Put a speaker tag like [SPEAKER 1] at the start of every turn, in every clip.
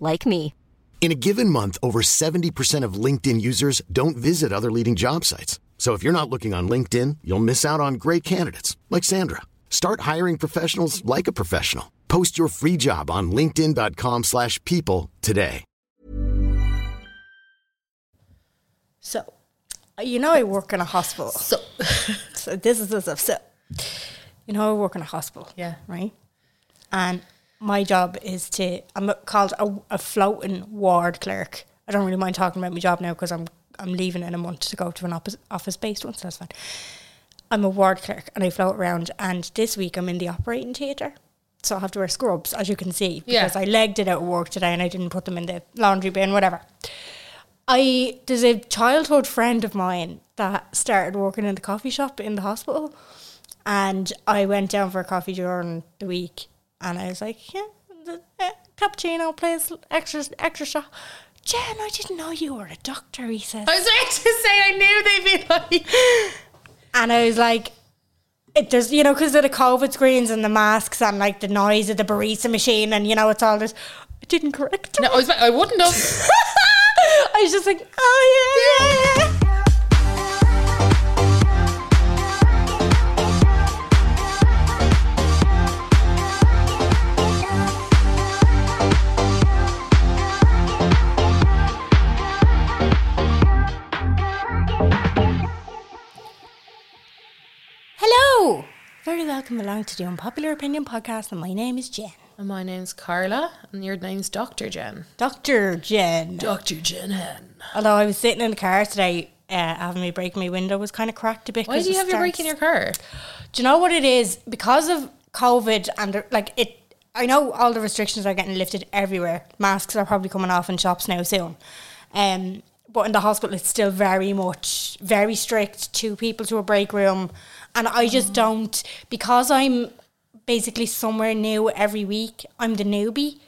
[SPEAKER 1] like me.
[SPEAKER 2] In a given month, over 70% of LinkedIn users don't visit other leading job sites. So if you're not looking on LinkedIn, you'll miss out on great candidates like Sandra. Start hiring professionals like a professional. Post your free job on linkedin.com/people slash people today.
[SPEAKER 3] So, you know, I work in a hospital.
[SPEAKER 4] So,
[SPEAKER 3] So this is this upset. You know, I work in a hospital.
[SPEAKER 4] Yeah.
[SPEAKER 3] Right. And my job is to I'm called a, a floating ward clerk. I don't really mind talking about my job now because I'm I'm leaving in a month to go to an office office based one, so that's fine. I'm a ward clerk and I float around. And this week I'm in the operating theatre, so I have to wear scrubs, as you can see,
[SPEAKER 4] Yeah.
[SPEAKER 3] because I legged it out of work today and I didn't put them in the laundry bin, whatever. I there's a childhood friend of mine that started working in the coffee shop in the hospital, and I went down for a coffee during the week, and I was like, "Yeah, the, uh, cappuccino, please, extra, extra shot." Jen, I didn't know you were a doctor. He says,
[SPEAKER 4] I was about to say I knew they'd be like,
[SPEAKER 3] and I was like, it, there's, you know, because of the COVID screens and the masks and like the noise of the barista machine and, you know, it's all this. I didn't correct him.
[SPEAKER 4] no, I, was about, I wouldn't have.
[SPEAKER 3] I was just like, oh, yeah, yeah, yeah. Hello. Very welcome along to the Unpopular Opinion Podcast, and my name is Jen.
[SPEAKER 4] And my name's Carla, and your name's Dr. Jen.
[SPEAKER 3] Dr. Jen.
[SPEAKER 4] Dr. Jen Hen.
[SPEAKER 3] Although I was sitting in the car today, uh, having me break my window was kind of cracked a bit.
[SPEAKER 4] Why
[SPEAKER 3] 'cause
[SPEAKER 4] do you
[SPEAKER 3] it
[SPEAKER 4] have your brake in
[SPEAKER 3] starts-
[SPEAKER 4] your car?
[SPEAKER 3] Do you know what it is? Because of COVID and the, like it, I know all the restrictions are getting lifted everywhere. Masks are probably coming off in shops now soon. Um, but in the hospital, it's still very much very strict. Two people to a break room, and I just don't because I'm basically somewhere new every week. I'm the newbie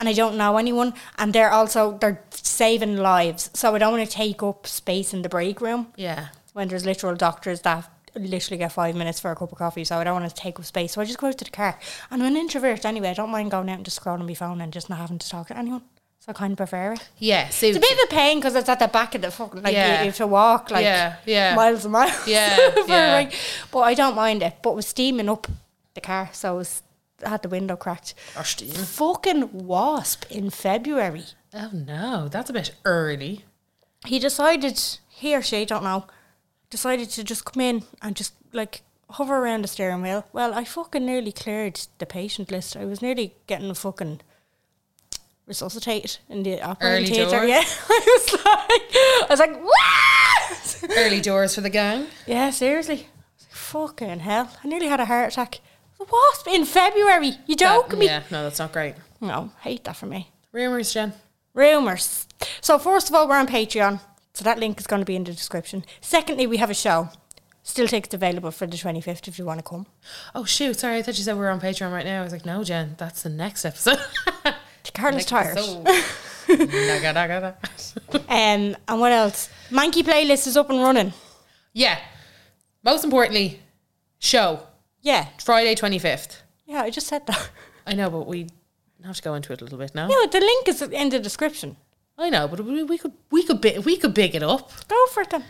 [SPEAKER 3] and I don't know anyone, and they're also they're saving lives, so I don't want to take up space in the break room
[SPEAKER 4] Yeah.
[SPEAKER 3] when there's literal doctors that literally get five minutes for a cup of coffee, so I don't want to take up space, so I just go out to the car. And I'm an introvert anyway; I don't mind going out and just scrolling my phone and just not having to talk to anyone. So I kind of prefer it.
[SPEAKER 4] Yeah. So,
[SPEAKER 3] It's a bit of a pain because it's at the back of the fucking like
[SPEAKER 4] Yeah.
[SPEAKER 3] you, you have to walk like
[SPEAKER 4] Yeah, yeah.
[SPEAKER 3] miles and miles.
[SPEAKER 4] Yeah,
[SPEAKER 3] for,
[SPEAKER 4] yeah.
[SPEAKER 3] like- but I don't mind it. But it was steaming up the car, so it was, I had the window cracked fucking wasp in February.
[SPEAKER 4] Oh no, that's a bit early.
[SPEAKER 3] He decided, he or she, don't know, decided to just come in and just like hover around the steering wheel. Well, I fucking nearly cleared the patient list. I was nearly getting fucking resuscitated in the operating
[SPEAKER 4] Early
[SPEAKER 3] theatre.
[SPEAKER 4] doors.
[SPEAKER 3] Yeah, I was like, I was like, what?
[SPEAKER 4] Early doors for the gang.
[SPEAKER 3] yeah, seriously, I was like, fucking hell! I nearly had a heart attack. The wasp in February. You joke me?
[SPEAKER 4] Yeah, no, that's not great.
[SPEAKER 3] No, hate that for me.
[SPEAKER 4] Rumors, Jen.
[SPEAKER 3] Rumors. So, first of all, we're on Patreon. So, that link is going to be in the description. Secondly, we have a show. Still tickets available for the 25th if you want to come.
[SPEAKER 4] Oh shoot, sorry, I thought you said we were on Patreon right now. I was like, no, Jen, that's the next episode.
[SPEAKER 3] Carla's tired.
[SPEAKER 4] So- Naga, naga, naga.
[SPEAKER 3] Um, and what else? Monkey Playlist is up and running.
[SPEAKER 4] yeah. Most importantly, show
[SPEAKER 3] Yeah.
[SPEAKER 4] Friday twenty fifth.
[SPEAKER 3] Yeah, I just said that.
[SPEAKER 4] I know, but we have to go into it a little bit now.
[SPEAKER 3] No, the link is in the description.
[SPEAKER 4] I know, but we, we could we could big we could big it up.
[SPEAKER 3] Go for it then.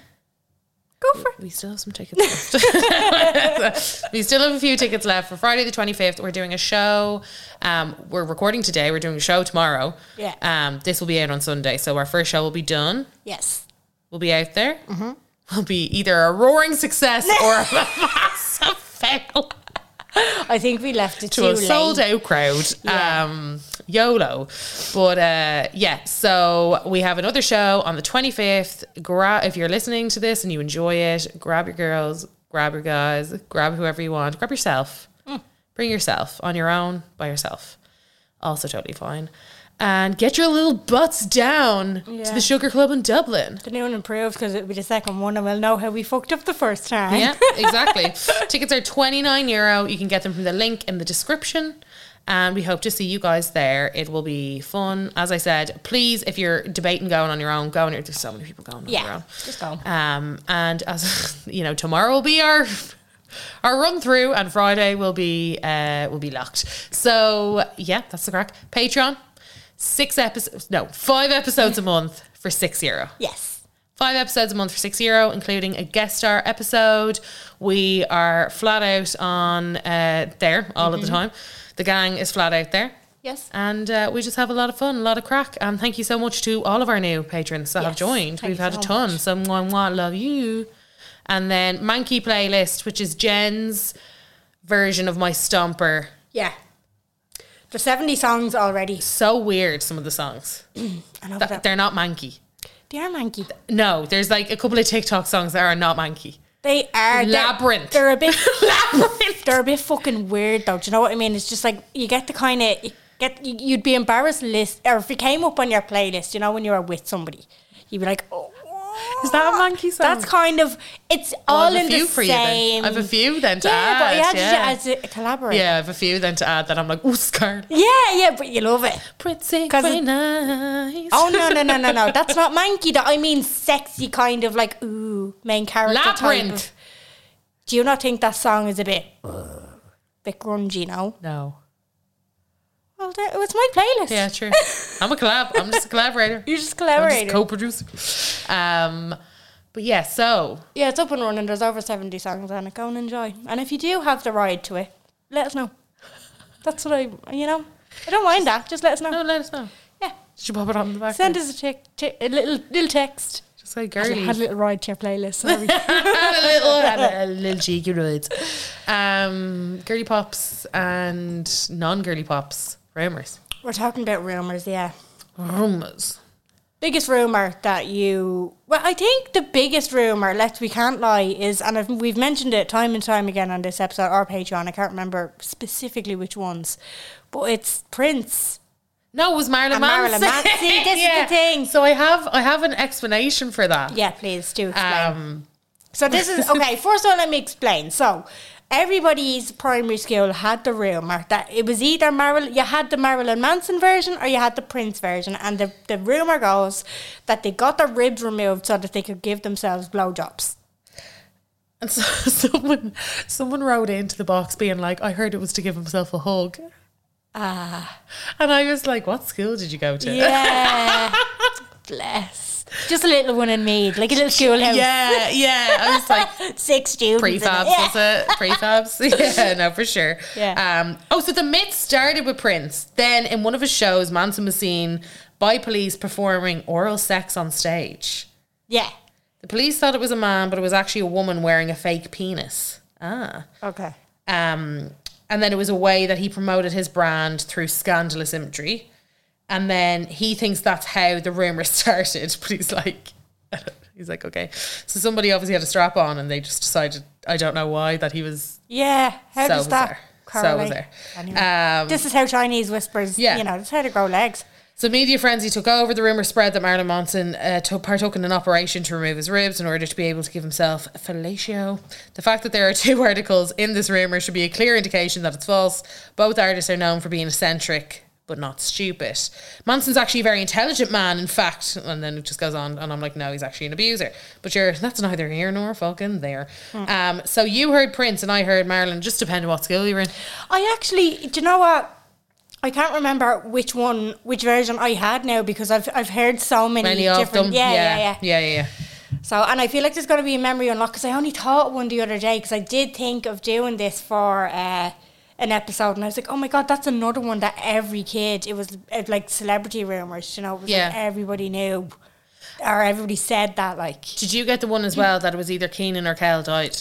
[SPEAKER 3] Go for it.
[SPEAKER 4] We still have some tickets left. we still have a few tickets left for Friday the 25th. We're doing a show. Um, we're recording today. We're doing a show tomorrow.
[SPEAKER 3] Yeah.
[SPEAKER 4] Um, this will be out on Sunday. So our first show will be done.
[SPEAKER 3] Yes.
[SPEAKER 4] We'll be out there. Mm-hmm. We'll be either a roaring success or a massive fail
[SPEAKER 3] I think we left it too
[SPEAKER 4] to a
[SPEAKER 3] late.
[SPEAKER 4] sold out crowd.
[SPEAKER 3] Yeah.
[SPEAKER 4] Um, YOLO. But uh, yeah, so we have another show on the 25th. Gra- if you're listening to this and you enjoy it, grab your girls, grab your guys, grab whoever you want, grab
[SPEAKER 3] Mm.
[SPEAKER 4] yourself. Bring yourself on your own by yourself. Also, totally fine. and get your little butts down to
[SPEAKER 3] Yeah.
[SPEAKER 4] the Sugar Club in Dublin.
[SPEAKER 3] The new one improved because it'll be the second one, and we'll know how we fucked up the first time.
[SPEAKER 4] Yeah, exactly. Tickets are 29 euro. You can get them from the link in the description. And we hope to see you guys there. It will be fun. As I said, please, if you're debating going on your own, go on your There's so many people going on
[SPEAKER 3] Yeah,
[SPEAKER 4] their own.
[SPEAKER 3] just go.
[SPEAKER 4] Um, and as you know, tomorrow will be our our run through, and Friday will be uh will be locked. So yeah, that's the crack. Patreon, six episodes, no, five episodes a month for six euro
[SPEAKER 3] Yes.
[SPEAKER 4] five episodes a month for six euro, including a guest star episode. We are flat out on uh, there all of the time. The gang is flat out there.
[SPEAKER 3] Mm-hmm. Yes.
[SPEAKER 4] And uh, we just have a lot of fun, a lot of crack. And thank you so much to all of our new patrons that have
[SPEAKER 3] Yes,
[SPEAKER 4] joined.
[SPEAKER 3] thank
[SPEAKER 4] We've
[SPEAKER 3] you
[SPEAKER 4] had
[SPEAKER 3] so
[SPEAKER 4] a ton.
[SPEAKER 3] much.
[SPEAKER 4] So, mwah, mwah, love you. And then Mankey Playlist, which is Jen's version of my stomper.
[SPEAKER 3] Yeah. There's 70 songs already.
[SPEAKER 4] So weird, some of the songs.
[SPEAKER 3] I know
[SPEAKER 4] Th-
[SPEAKER 3] that.
[SPEAKER 4] They're not Mankey.
[SPEAKER 3] They are manky.
[SPEAKER 4] No, there's like a couple of TikTok songs that are not Mankey.
[SPEAKER 3] They are. they're-
[SPEAKER 4] Labyrinth.
[SPEAKER 3] They're, a bit.
[SPEAKER 4] Labyrinth.
[SPEAKER 3] They're a bit fucking weird, though. Do you know what I mean? It's just like you get the kind of. you Get, you- you'd be embarrassed list or if it came up on your playlist you know when you were with somebody you'd be like oh
[SPEAKER 4] Is that a monkey song? Oh,
[SPEAKER 3] that's kind of it's
[SPEAKER 4] I
[SPEAKER 3] all
[SPEAKER 4] have a
[SPEAKER 3] in the
[SPEAKER 4] few for you then.
[SPEAKER 3] same
[SPEAKER 4] I have a few then to
[SPEAKER 3] yeah but
[SPEAKER 4] add,
[SPEAKER 3] you had
[SPEAKER 4] yeah.
[SPEAKER 3] to as a collaborator
[SPEAKER 4] Yeah, I have a few then to add that I'm like, oh, Scarlet.
[SPEAKER 3] yeah yeah but you love it
[SPEAKER 4] Pretty,
[SPEAKER 3] 'Cause
[SPEAKER 4] very
[SPEAKER 3] it-
[SPEAKER 4] nice.
[SPEAKER 3] Oh no no no no no! That's not manky. That I mean sexy kind of like ooh main character. type
[SPEAKER 4] Labyrinth.
[SPEAKER 3] of- Do you not think that song is a bit bit grungy? No.
[SPEAKER 4] No.
[SPEAKER 3] Well, that, it's my playlist.
[SPEAKER 4] Yeah, true. I'm a collab. I'm just a collaborator.
[SPEAKER 3] You're just
[SPEAKER 4] I'm
[SPEAKER 3] collaborating.
[SPEAKER 4] just a co-producer. Um, but yeah, so
[SPEAKER 3] yeah, it's up and running. There's over seventy songs on it. Go and enjoy. And if you do have the ride to it, let us know. That's what I you know. I don't mind that. Just let us know.
[SPEAKER 4] no, let us know.
[SPEAKER 3] Yeah.
[SPEAKER 4] Should pop it on the back.
[SPEAKER 3] Send us a, tick, tick, a little little text.
[SPEAKER 4] Just like
[SPEAKER 3] I
[SPEAKER 4] girly.
[SPEAKER 3] had a little ride to your playlist. Sorry.
[SPEAKER 4] had a little, had a little cheeky rides. Um, girly pops and non-girly pops. Rumors.
[SPEAKER 3] We're talking about rumors. Yeah.
[SPEAKER 4] Rumors.
[SPEAKER 3] biggest rumor that you well i think the biggest rumor let's we can't lie is and I've, we've mentioned it time and time again on this episode or patreon i can't remember specifically which ones but it's prince
[SPEAKER 4] No, it was Marilyn
[SPEAKER 3] And Marilyn
[SPEAKER 4] Manson.
[SPEAKER 3] Manson. See, this is the thing.
[SPEAKER 4] So I have I have an explanation for that.
[SPEAKER 3] yeah please do explain
[SPEAKER 4] Um,
[SPEAKER 3] so this is okay first of all let me explain so everybody's primary school had the rumor that it was either Marilyn you had the Marilyn Manson version or you had the Prince version and the, the rumor goes that they got their ribs removed so that they could give themselves blowjobs
[SPEAKER 4] and so someone someone wrote into the box being like, I heard it was to give himself a hug. Ah. And I was like, what school did you go to?
[SPEAKER 3] Yeah. Bless. Just a little one in Mead, like a little schoolhouse.
[SPEAKER 4] yeah. yeah. I was like,
[SPEAKER 3] Six students. in it.
[SPEAKER 4] prefabs,
[SPEAKER 3] Yeah.
[SPEAKER 4] was it? Prefabs? yeah, no, for sure.
[SPEAKER 3] Yeah.
[SPEAKER 4] Um, oh, so the myth started with Prince. Then in one of his shows, Manson was seen by police performing oral sex on stage.
[SPEAKER 3] Yeah.
[SPEAKER 4] The police thought it was a man, but it was actually a woman wearing a fake penis. Ah.
[SPEAKER 3] Okay.
[SPEAKER 4] Um, and then it was a way that he promoted his brand through scandalous imagery. And then he thinks that's how the rumor started, but he's like, he's like, okay. So somebody obviously had a strap on and they just decided, I don't know why, that he was
[SPEAKER 3] Yeah. How
[SPEAKER 4] so
[SPEAKER 3] does that
[SPEAKER 4] bizarre. So
[SPEAKER 3] correlate?
[SPEAKER 4] bizarre.
[SPEAKER 3] Anyway.
[SPEAKER 4] Um,
[SPEAKER 3] this is how Chinese whispers,
[SPEAKER 4] Yeah.
[SPEAKER 3] you know, this is how they grow legs.
[SPEAKER 4] So media frenzy took over. The rumor spread that Marilyn Manson uh, took, partook in an operation to remove his ribs in order to be able to give himself fellatio. The fact that there are two articles in this rumor should be a clear indication that it's false. Both artists are known for being eccentric. But not stupid. Manson's actually a very intelligent man, in fact. And then it just goes on, and I'm like, no, he's actually an abuser. But you're, that's neither here nor fucking there.
[SPEAKER 3] Hmm.
[SPEAKER 4] Um, so you heard Prince, and I heard Marilyn. Just depending what school you're in.
[SPEAKER 3] I actually, do you know what? I can't remember which one, which version I had now because I've I've heard so many,
[SPEAKER 4] Many
[SPEAKER 3] different.
[SPEAKER 4] of them.
[SPEAKER 3] Yeah, yeah, yeah.
[SPEAKER 4] yeah, yeah. yeah.
[SPEAKER 3] So, and I feel like there's going to be a memory unlock because I only thought one the other day because I did think of doing this for uh, an episode, and I was like, oh my god, that's another one that every kid. It was uh, like celebrity rumors, you know. It was
[SPEAKER 4] Yeah.
[SPEAKER 3] like everybody knew, or everybody said that. Like,
[SPEAKER 4] Did you get the one as well that it was either Keenan or Cal died?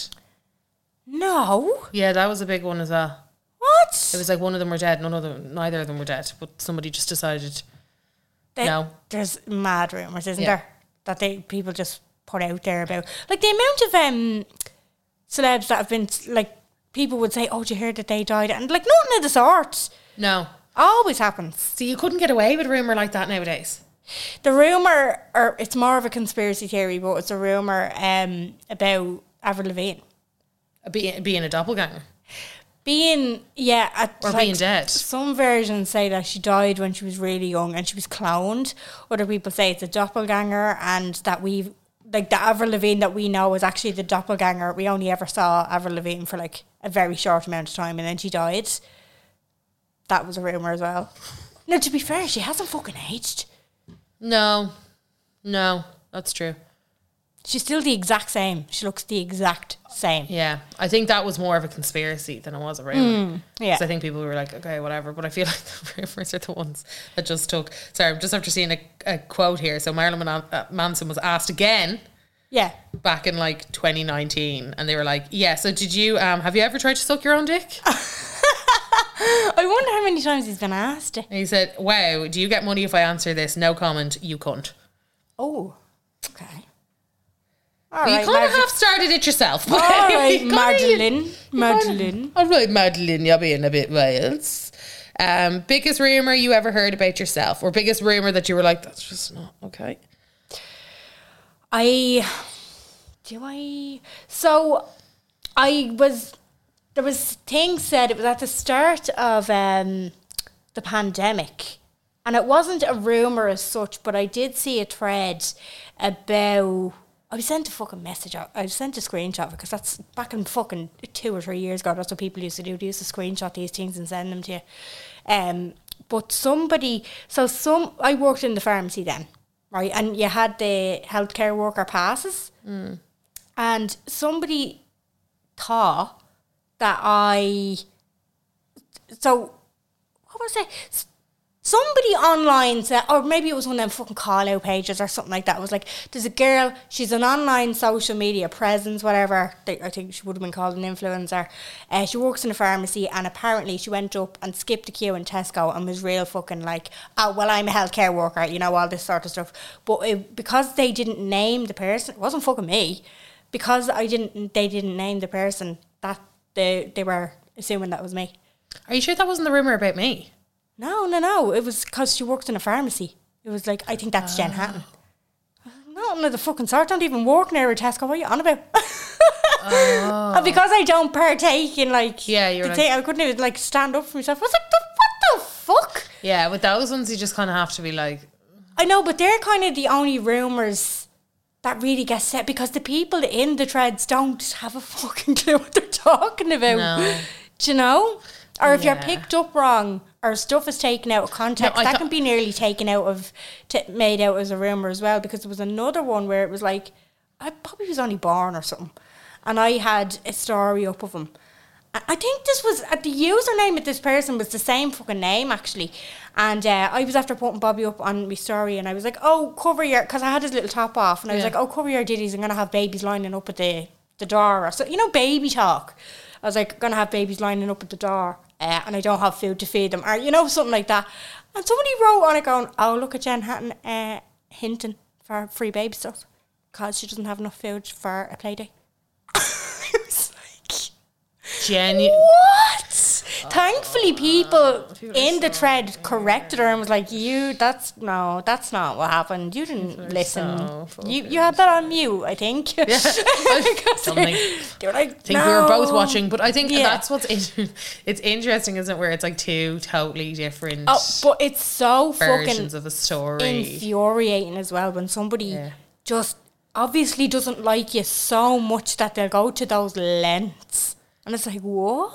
[SPEAKER 3] no,
[SPEAKER 4] Yeah, that was a big one as well.
[SPEAKER 3] what?
[SPEAKER 4] It was like one of them were dead, none of them, neither of them were dead, but somebody just decided.
[SPEAKER 3] They-
[SPEAKER 4] no.
[SPEAKER 3] there's mad rumors, isn't
[SPEAKER 4] Yeah.
[SPEAKER 3] there? That they people just put out there about like the amount of um celebs that have been like people would say, oh, did you hear that they died? And like nothing of the sort.
[SPEAKER 4] No,
[SPEAKER 3] Always happens.
[SPEAKER 4] See, you couldn't get away with rumor like that nowadays.
[SPEAKER 3] The rumor, or it's more of a conspiracy theory, but it's a rumor um, about Avril Lavigne
[SPEAKER 4] Being, being a doppelganger.
[SPEAKER 3] being, yeah, at,
[SPEAKER 4] Or being dead.
[SPEAKER 3] Some versions say that she died when she was really young and she was cloned. Other people say it's a doppelganger, and that we like the Avril Lavigne that we know is actually the doppelganger. We only ever saw Avril Lavigne for like a very short amount of time, and then she died. That was a rumor as well. No, to be fair, she hasn't fucking aged.
[SPEAKER 4] No, no, that's true.
[SPEAKER 3] She's still the exact same. She looks the exact same.
[SPEAKER 4] Yeah, I think that was more of a conspiracy than it was a rumor.
[SPEAKER 3] yeah.
[SPEAKER 4] So I think people were like, okay, whatever. But I feel like the rumors are the ones that just took. Sorry, I'm just after seeing a, a quote here. So Marilyn Mon- uh, Manson was asked again
[SPEAKER 3] Yeah.
[SPEAKER 4] back in like 2019, and they were like, yeah. So did you um have you ever tried to suck your own dick?
[SPEAKER 3] Ah. I wonder how many times he's been asked.
[SPEAKER 4] and he said, wow. Do you get money if I answer this? No comment. You cunt.
[SPEAKER 3] Oh, okay. All
[SPEAKER 4] Well,
[SPEAKER 3] right,
[SPEAKER 4] you kind of
[SPEAKER 3] Marge-
[SPEAKER 4] have started it yourself. But
[SPEAKER 3] All
[SPEAKER 4] anyway,
[SPEAKER 3] right,
[SPEAKER 4] go on, you-
[SPEAKER 3] Madeline. Madeline.
[SPEAKER 4] All right, Madeline, you're being a bit wild. Um, biggest rumor you ever heard about yourself, or biggest rumor that you were like, that's just not okay.
[SPEAKER 3] I do I so I was there was things said it was at the start of um the pandemic and it wasn't a rumor as such but I did see a thread about I was sent a fucking message out. I was sent a screenshot of it because that's back in fucking two or three years ago. That's what people used to do. They used to screenshot these things and send them to you. Um, but somebody, so some, I worked in the pharmacy then, right? And you had the healthcare worker passes, and somebody thought that I, so what was it? S- Somebody online said, or maybe it was one of them fucking call out pages or something like that. It was like, there's a girl, she's an online social media presence, whatever. They- I think she would have been called an influencer. Uh, she works in a pharmacy, and apparently she went up and skipped a queue in Tesco and was real fucking like, oh, well, I'm a healthcare worker, you know, all this sort of stuff. But it, because they didn't name the person, it wasn't fucking me. Because I didn't, they didn't name the person. That they they were assuming that was me.
[SPEAKER 4] Are you sure that wasn't the rumor about me?
[SPEAKER 3] No, no, no. It was because she worked in a pharmacy. It was like, I think that's
[SPEAKER 4] Ah.
[SPEAKER 3] Jen Hatton. I was like, No, no, the fucking sort. Don't even work near a Tesco. What are you on about? And because I don't partake in like,
[SPEAKER 4] Oh. Yeah, you're
[SPEAKER 3] the
[SPEAKER 4] like-
[SPEAKER 3] thing, I couldn't even like stand up for myself. I was like, the, what the fuck?
[SPEAKER 4] Yeah, with those ones, you just kind of have to be like,
[SPEAKER 3] I know, but they're kind of the only rumors that really get set because the people in the threads don't have a fucking clue what they're talking about.
[SPEAKER 4] No.
[SPEAKER 3] Do you know? Or if
[SPEAKER 4] Yeah.
[SPEAKER 3] you're picked up wrong or stuff is taken out of context,
[SPEAKER 4] No, I
[SPEAKER 3] that
[SPEAKER 4] thought-
[SPEAKER 3] can be nearly taken out of, t- made out as a rumor as well. Because there was another one where it was like, I probably was only born or something, and I had a story up of him. I I think this was uh, the username of this person was the same fucking name actually, and uh, I was after putting Bobby up on my story, and I was like, "Oh, cover your," because I had his little top off, and I was
[SPEAKER 4] Yeah.
[SPEAKER 3] like, "Oh, cover your ditties. I'm gonna have babies lining up at the the door." Or so you know, baby talk. I was like, "Gonna have babies lining up at the door, uh, and I don't have food to feed them," or you know, something like that. And somebody wrote on it going, "Oh, look at Jen Hatton uh, hinting for free baby stuff because she doesn't have enough food for a play day." I was like.
[SPEAKER 4] Jenny.
[SPEAKER 3] What? Thankfully,
[SPEAKER 4] Uh,
[SPEAKER 3] people in the thread corrected her and was like, "You, that's no, that's not what happened. You didn't listen.
[SPEAKER 4] so
[SPEAKER 3] you you had that on mute, I think." Yeah.
[SPEAKER 4] Something.
[SPEAKER 3] they were like,
[SPEAKER 4] I think we were both
[SPEAKER 3] "No."
[SPEAKER 4] watching, but I think
[SPEAKER 3] Yeah.
[SPEAKER 4] that's what's in- it's interesting, isn't it? Where it's like two totally different
[SPEAKER 3] Oh, but it's so fucking
[SPEAKER 4] versions of a story.
[SPEAKER 3] infuriating as well when somebody
[SPEAKER 4] Yeah.
[SPEAKER 3] just obviously doesn't like you so much that they'll go to those lengths, and it's like, what?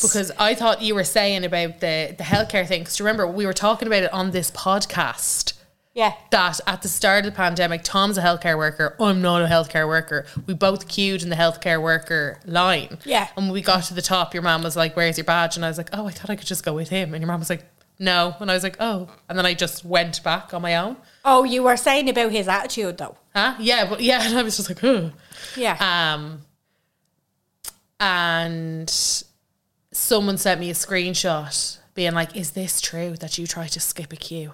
[SPEAKER 4] because I thought you were saying about the the healthcare thing. Because remember, we were talking about it on this podcast
[SPEAKER 3] Yeah.
[SPEAKER 4] that at the start of the pandemic, Tom's a healthcare worker. I'm not a healthcare worker. We both queued in the healthcare worker line.
[SPEAKER 3] Yeah.
[SPEAKER 4] And when we got to the top, your mom was like, "Where's your badge?" And I was like, "Oh, I thought I could just go with him." And your mom was like, "No." And I was like, "Oh." And then I just went back on my own.
[SPEAKER 3] Oh, you were saying about his attitude though.
[SPEAKER 4] Huh? Yeah. But yeah, and I was just like, "Huh."
[SPEAKER 3] Yeah.
[SPEAKER 4] Um, and someone sent me a screenshot being like, "Is this true that you tried to skip a queue?"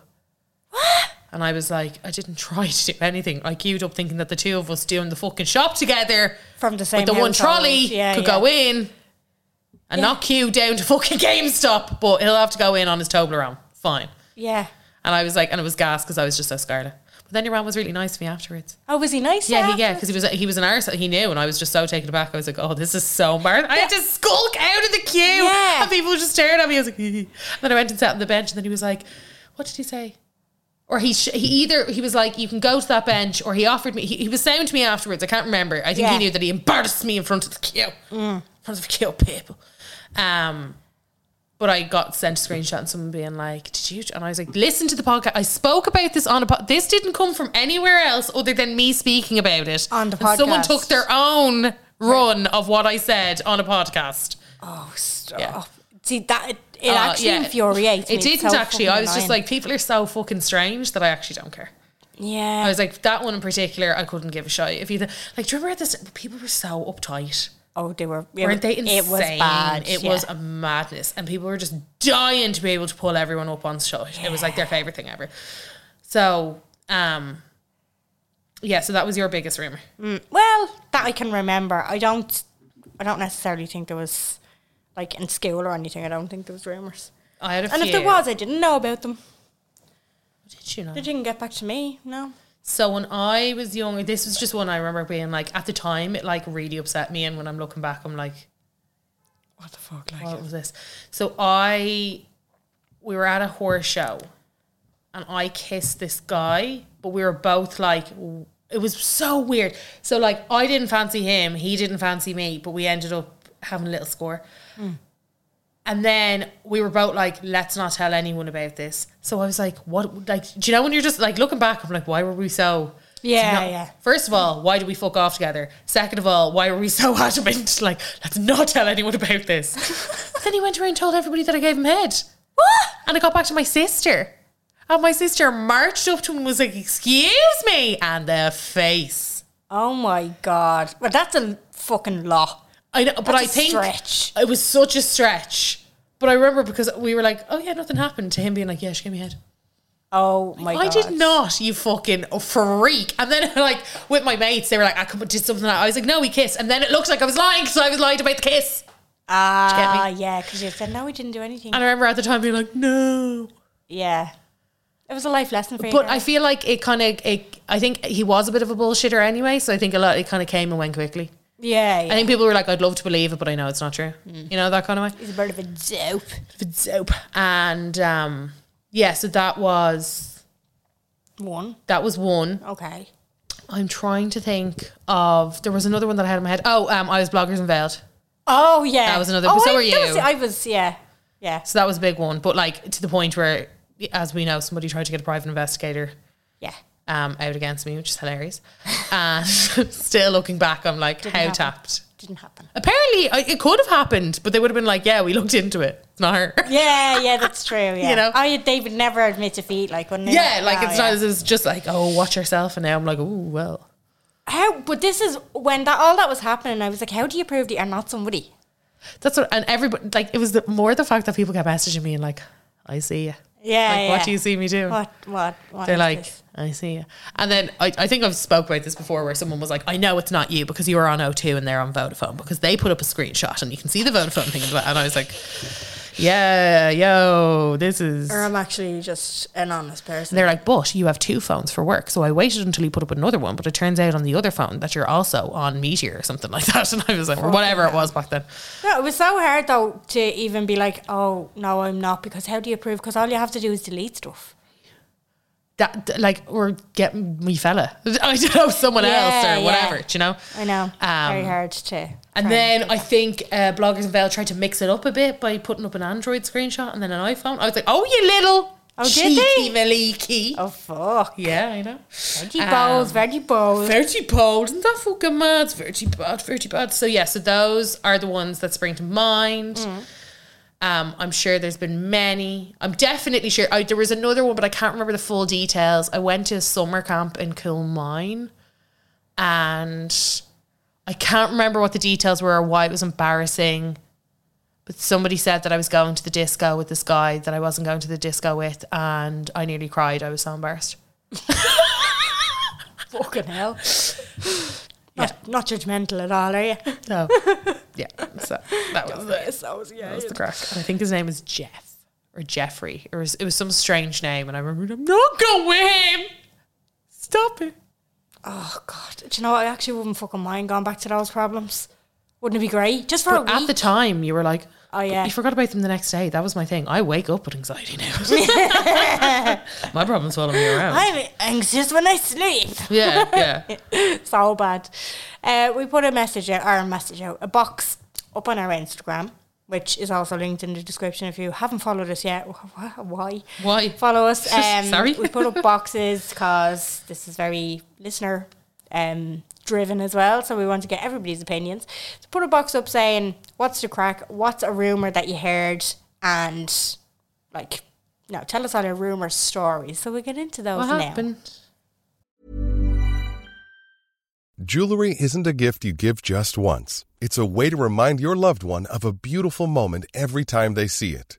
[SPEAKER 4] and I was like, "I didn't try to do anything. I queued up thinking that the two of us doing the fucking shop together
[SPEAKER 3] From the same
[SPEAKER 4] with the one
[SPEAKER 3] household.
[SPEAKER 4] trolley
[SPEAKER 3] Yeah,
[SPEAKER 4] could
[SPEAKER 3] yeah.
[SPEAKER 4] go in." And and not queue down to fucking GameStop, but he'll have to go in on his Toblerone. Fine.
[SPEAKER 3] Yeah.
[SPEAKER 4] And I was like, and it was gas because I was just so scarlet. But then your mom was really nice to me afterwards.
[SPEAKER 3] Oh, was he nice?
[SPEAKER 4] Yeah, he, yeah, because he was he was an arse. He knew, and I was just so taken aback. I was like, "Oh, this is so embarrassing." I had to skulk out of the queue,
[SPEAKER 3] Yeah.
[SPEAKER 4] and people just stared at me. I was like, and then I went and sat on the bench, and then he was like, "What did he say?" Or he sh- he either he was like, "You can go to that bench," or he offered me. He, he was saying to me afterwards. I can't remember. I think
[SPEAKER 3] Yeah. Mm.
[SPEAKER 4] he knew that he embarrassed me in front of the queue, in front of the queue people. Um, but I got sent a screenshot and someone being like, "Did you?" And I was like, "Listen to the podcast. I spoke about this on a podcast. This didn't come from anywhere else other than me speaking about it
[SPEAKER 3] On the
[SPEAKER 4] And someone
[SPEAKER 3] podcast.
[SPEAKER 4] took their own run of what I said on a podcast.
[SPEAKER 3] Oh, stop.
[SPEAKER 4] Yeah.
[SPEAKER 3] See, that, it, it
[SPEAKER 4] Uh,
[SPEAKER 3] actually
[SPEAKER 4] yeah.
[SPEAKER 3] infuriates me.
[SPEAKER 4] It
[SPEAKER 3] It's
[SPEAKER 4] didn't
[SPEAKER 3] so
[SPEAKER 4] actually.
[SPEAKER 3] fucking
[SPEAKER 4] I was just
[SPEAKER 3] annoying.
[SPEAKER 4] like, people are so fucking strange that I actually don't care.
[SPEAKER 3] yeah.
[SPEAKER 4] I was like, that one in particular, I couldn't give a shit. If you th- like, do you remember this? People were so uptight.
[SPEAKER 3] oh, they were. it-
[SPEAKER 4] Weren't they insane?
[SPEAKER 3] It was bad.
[SPEAKER 4] It
[SPEAKER 3] yeah.
[SPEAKER 4] was a madness, and people were just dying to be able to pull everyone up on shot. It was like their favorite thing ever. So, um, yeah. So that was your biggest rumor.
[SPEAKER 3] Well, that I can remember. I don't. I don't necessarily think there was, like in school or anything. I don't think there was rumors.
[SPEAKER 4] I had a
[SPEAKER 3] And
[SPEAKER 4] few.
[SPEAKER 3] if there was, I didn't know about them.
[SPEAKER 4] did you know?
[SPEAKER 3] They didn't get back to me. No.
[SPEAKER 4] So when I was younger, this was just one I remember being like at the time it like really upset me, and when I'm looking back, I'm like,
[SPEAKER 3] What the fuck? Like,
[SPEAKER 4] what was this? So I, we were at a horror show, and I kissed this guy, but we were both like, w- it was so weird. So like, I didn't fancy him, he didn't fancy me, but we ended up having a little score. And then we were both like, let's not tell anyone about this. So I was like, what? Like, do you know when you're just like looking back? I'm like, why were we so?
[SPEAKER 3] Yeah,
[SPEAKER 4] not-
[SPEAKER 3] yeah.
[SPEAKER 4] First of all, why did we fuck off together? Second of all, why were we so adamant? Like, let's not tell anyone about this. then he went around and told everybody that I gave him head. What? And I got back to my sister. And my sister marched up to him and was like, excuse me. And the face.
[SPEAKER 3] oh my god. Well, that's a fucking lot.
[SPEAKER 4] I know, but
[SPEAKER 3] That's
[SPEAKER 4] I
[SPEAKER 3] a
[SPEAKER 4] think
[SPEAKER 3] stretch.
[SPEAKER 4] it was such a stretch. But I remember because we were like, oh yeah, nothing happened to him being like, yeah, she gave me head.
[SPEAKER 3] Oh my
[SPEAKER 4] I
[SPEAKER 3] god.
[SPEAKER 4] did not, you fucking freak. And then, like, with my mates, they were like, I come did something. I was like, no, we kissed. And then it looked like I was lying because I was lying about the kiss.
[SPEAKER 3] Ah,
[SPEAKER 4] Did you
[SPEAKER 3] yeah, because you said no, we didn't do anything.
[SPEAKER 4] And I remember at the time being like, no.
[SPEAKER 3] yeah, it was a life lesson for you.
[SPEAKER 4] But
[SPEAKER 3] girl.
[SPEAKER 4] I feel like it kind of, it, I think he was a bit of a bullshitter anyway. So I think a lot, it kind of came and went quickly.
[SPEAKER 3] yeah, yeah. Mm.
[SPEAKER 4] I think people were like, I'd love to believe it, but I know it's not true. You know, that kind of way.
[SPEAKER 3] he's a bit of a dope.
[SPEAKER 4] Dope. And um, yeah, so that was,
[SPEAKER 3] One,
[SPEAKER 4] that was one.
[SPEAKER 3] okay.
[SPEAKER 4] I'm trying to think of, there was another one that I had in my head. Oh, um, I was Bloggers Unveiled.
[SPEAKER 3] Oh yeah,
[SPEAKER 4] That was another-
[SPEAKER 3] Oh,
[SPEAKER 4] so
[SPEAKER 3] I,
[SPEAKER 4] were
[SPEAKER 3] that was-
[SPEAKER 4] you.
[SPEAKER 3] I was yeah, yeah,
[SPEAKER 4] So that was a big one, but like to the point where, as we know, somebody tried to get a private investigator
[SPEAKER 3] yeah.
[SPEAKER 4] um, out against me, which is hilarious. And still looking back, I'm like, how
[SPEAKER 3] happen.
[SPEAKER 4] tapped?
[SPEAKER 3] Didn't happen.
[SPEAKER 4] Apparently, I- it could have happened, but they would have been like, yeah, we looked into it. It's not her.
[SPEAKER 3] Yeah, yeah, that's true. Yeah,
[SPEAKER 4] know?
[SPEAKER 3] I they would never admit defeat, like wouldn't they?
[SPEAKER 4] Yeah, like
[SPEAKER 3] Oh,
[SPEAKER 4] it's
[SPEAKER 3] yeah.
[SPEAKER 4] not. It's just like, oh, watch yourself. And now I'm like, oh well.
[SPEAKER 3] How? But this is when that all that was happening. I was like, how do you prove that you're not somebody?
[SPEAKER 4] That's what. And everybody like it was the, more the fact that people kept messaging me and like, I see you.
[SPEAKER 3] Yeah,
[SPEAKER 4] Like, what
[SPEAKER 3] yeah.
[SPEAKER 4] do you see me doing?
[SPEAKER 3] What? What? what
[SPEAKER 4] They're
[SPEAKER 3] is
[SPEAKER 4] like,
[SPEAKER 3] this?
[SPEAKER 4] I see you. And then I, I think I've spoke about this before where someone was like, I know it's not you because you were on O2 and they're on Vodafone because they put up a screenshot and you can see the Vodafone thing. in the back." And I was like, yeah, yo, this is.
[SPEAKER 3] Or
[SPEAKER 4] And
[SPEAKER 3] I'm actually just an honest person.
[SPEAKER 4] they're like, but you have two phones for work. So I waited until you put up another one. But it turns out on the other phone that you're also on Meteor or something like that. And I was like, or whatever it was back then.
[SPEAKER 3] No, it was so hard though to even be like, oh no, I'm not, because how do you prove? Because all you have to do is delete stuff.
[SPEAKER 4] That, th- like, or get me fella. I don't know, someone else
[SPEAKER 3] Yeah,
[SPEAKER 4] or
[SPEAKER 3] yeah.
[SPEAKER 4] whatever, do you know?
[SPEAKER 3] I know,
[SPEAKER 4] Um,
[SPEAKER 3] very hard to.
[SPEAKER 4] And then I think uh, bloggers and Vale tried to mix it up a bit by putting up an Android screenshot and then an iPhone. I was like, "Oh, you little
[SPEAKER 3] Oh, did
[SPEAKER 4] cheeky
[SPEAKER 3] they?
[SPEAKER 4] maleaky!"
[SPEAKER 3] oh fuck,
[SPEAKER 4] Yeah, I know.
[SPEAKER 3] very
[SPEAKER 4] Um,
[SPEAKER 3] bold, very bold.
[SPEAKER 4] Very bold, isn't that fucking mad? It's Very bad, very bad. So yeah, so those are the ones that spring to mind. Um, I'm sure there's been many. I'm definitely sure I, there was another one, but I can't remember the full details. I went to a summer camp in Kilmine, and I can't remember what the details were or why it was embarrassing. But somebody said that I was going to the disco with this guy that I wasn't going to the disco with, and I nearly cried. I was so embarrassed.
[SPEAKER 3] Fucking hell. Not, not judgmental at all, are you?
[SPEAKER 4] No. yeah. So that was the,
[SPEAKER 3] So, yeah.
[SPEAKER 4] that was the crack. And I think his name was Jeff or Jeffrey. It was, it was some strange name. And I remember, I'm not going with him. Stop it.
[SPEAKER 3] Oh God! Do you know what? I actually wouldn't fucking mind going back to those problems. Wouldn't it be great? Just for
[SPEAKER 4] But
[SPEAKER 3] a
[SPEAKER 4] at
[SPEAKER 3] week.
[SPEAKER 4] the time, you were like,
[SPEAKER 3] Oh, yeah.
[SPEAKER 4] You forgot about them the next day. That was my thing. I wake up with anxiety now. my problem's following me around.
[SPEAKER 3] I'm anxious when I sleep.
[SPEAKER 4] yeah, yeah.
[SPEAKER 3] so bad. Uh, we put a message out, or a message out, a box up on our Instagram, which is also linked in the description. If you haven't followed us yet, wh- wh- why?
[SPEAKER 4] Why?
[SPEAKER 3] Follow us. Um,
[SPEAKER 4] Sorry.
[SPEAKER 3] We put up boxes because this is very listener um, driven as well. So we want to get everybody's opinions. So put a box up saying, what's the crack? What's a rumor that you heard? And like, no, tell us all your rumor stories. So we get into those now.
[SPEAKER 4] What happened?
[SPEAKER 5] Jewelry isn't a gift you give just once. It's a way to remind your loved one of a beautiful moment every time they see it.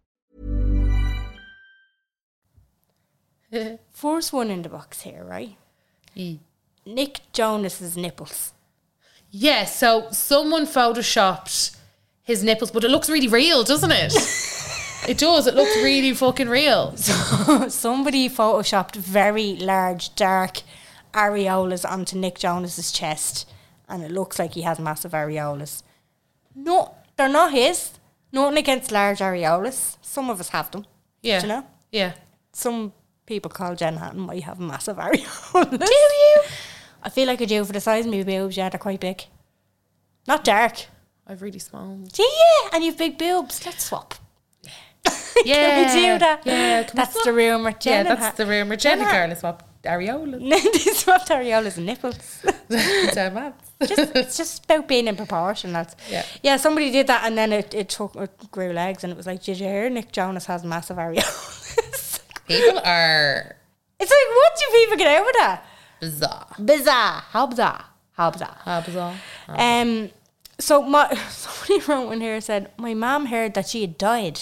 [SPEAKER 3] First one in the box here, right?
[SPEAKER 4] Mm.
[SPEAKER 3] Nick Jonas's nipples.
[SPEAKER 4] Yeah, so someone photoshopped his nipples, but it looks really real, doesn't it? it does. It looks really fucking real.
[SPEAKER 3] Somebody photoshopped very large, dark areolas onto Nick Jonas's chest, and it looks like he has massive areolas. No, they're not his. Nothing against large areolas. Some of us have them.
[SPEAKER 4] Yeah.
[SPEAKER 3] Do you know?
[SPEAKER 4] Yeah.
[SPEAKER 3] Some people call Jen Hatton might have massive areolas. Do you? I feel like I do for the size of my boobs. Yeah, they're quite big. Not dark.
[SPEAKER 4] I've really small.
[SPEAKER 3] Do you? And you've big boobs. Let's swap.
[SPEAKER 4] Yeah.
[SPEAKER 3] Can we do that?
[SPEAKER 4] Yeah. can we
[SPEAKER 3] that's
[SPEAKER 4] swap?
[SPEAKER 3] the rumor.
[SPEAKER 4] Yeah,
[SPEAKER 3] Jen and
[SPEAKER 4] that's
[SPEAKER 3] her-
[SPEAKER 4] the rumor. Jenna
[SPEAKER 3] Jen
[SPEAKER 4] Carlin swapped areola.
[SPEAKER 3] and her- they swapped areolas and nipples.
[SPEAKER 4] Damn it.
[SPEAKER 3] Just, it's just about being in proportion. That's
[SPEAKER 4] Yeah.
[SPEAKER 3] Yeah, somebody did that, and then it, it took it grew legs, and it was like, did you hear? Nick Jonas has massive areolas.
[SPEAKER 4] People are
[SPEAKER 3] it's like, what do people get out of that?
[SPEAKER 4] bizarre.
[SPEAKER 3] Bizarre, how bizarre, how bizarre.
[SPEAKER 4] How bizarre.
[SPEAKER 3] Um, so my somebody wrote in here said my mom heard that she had died.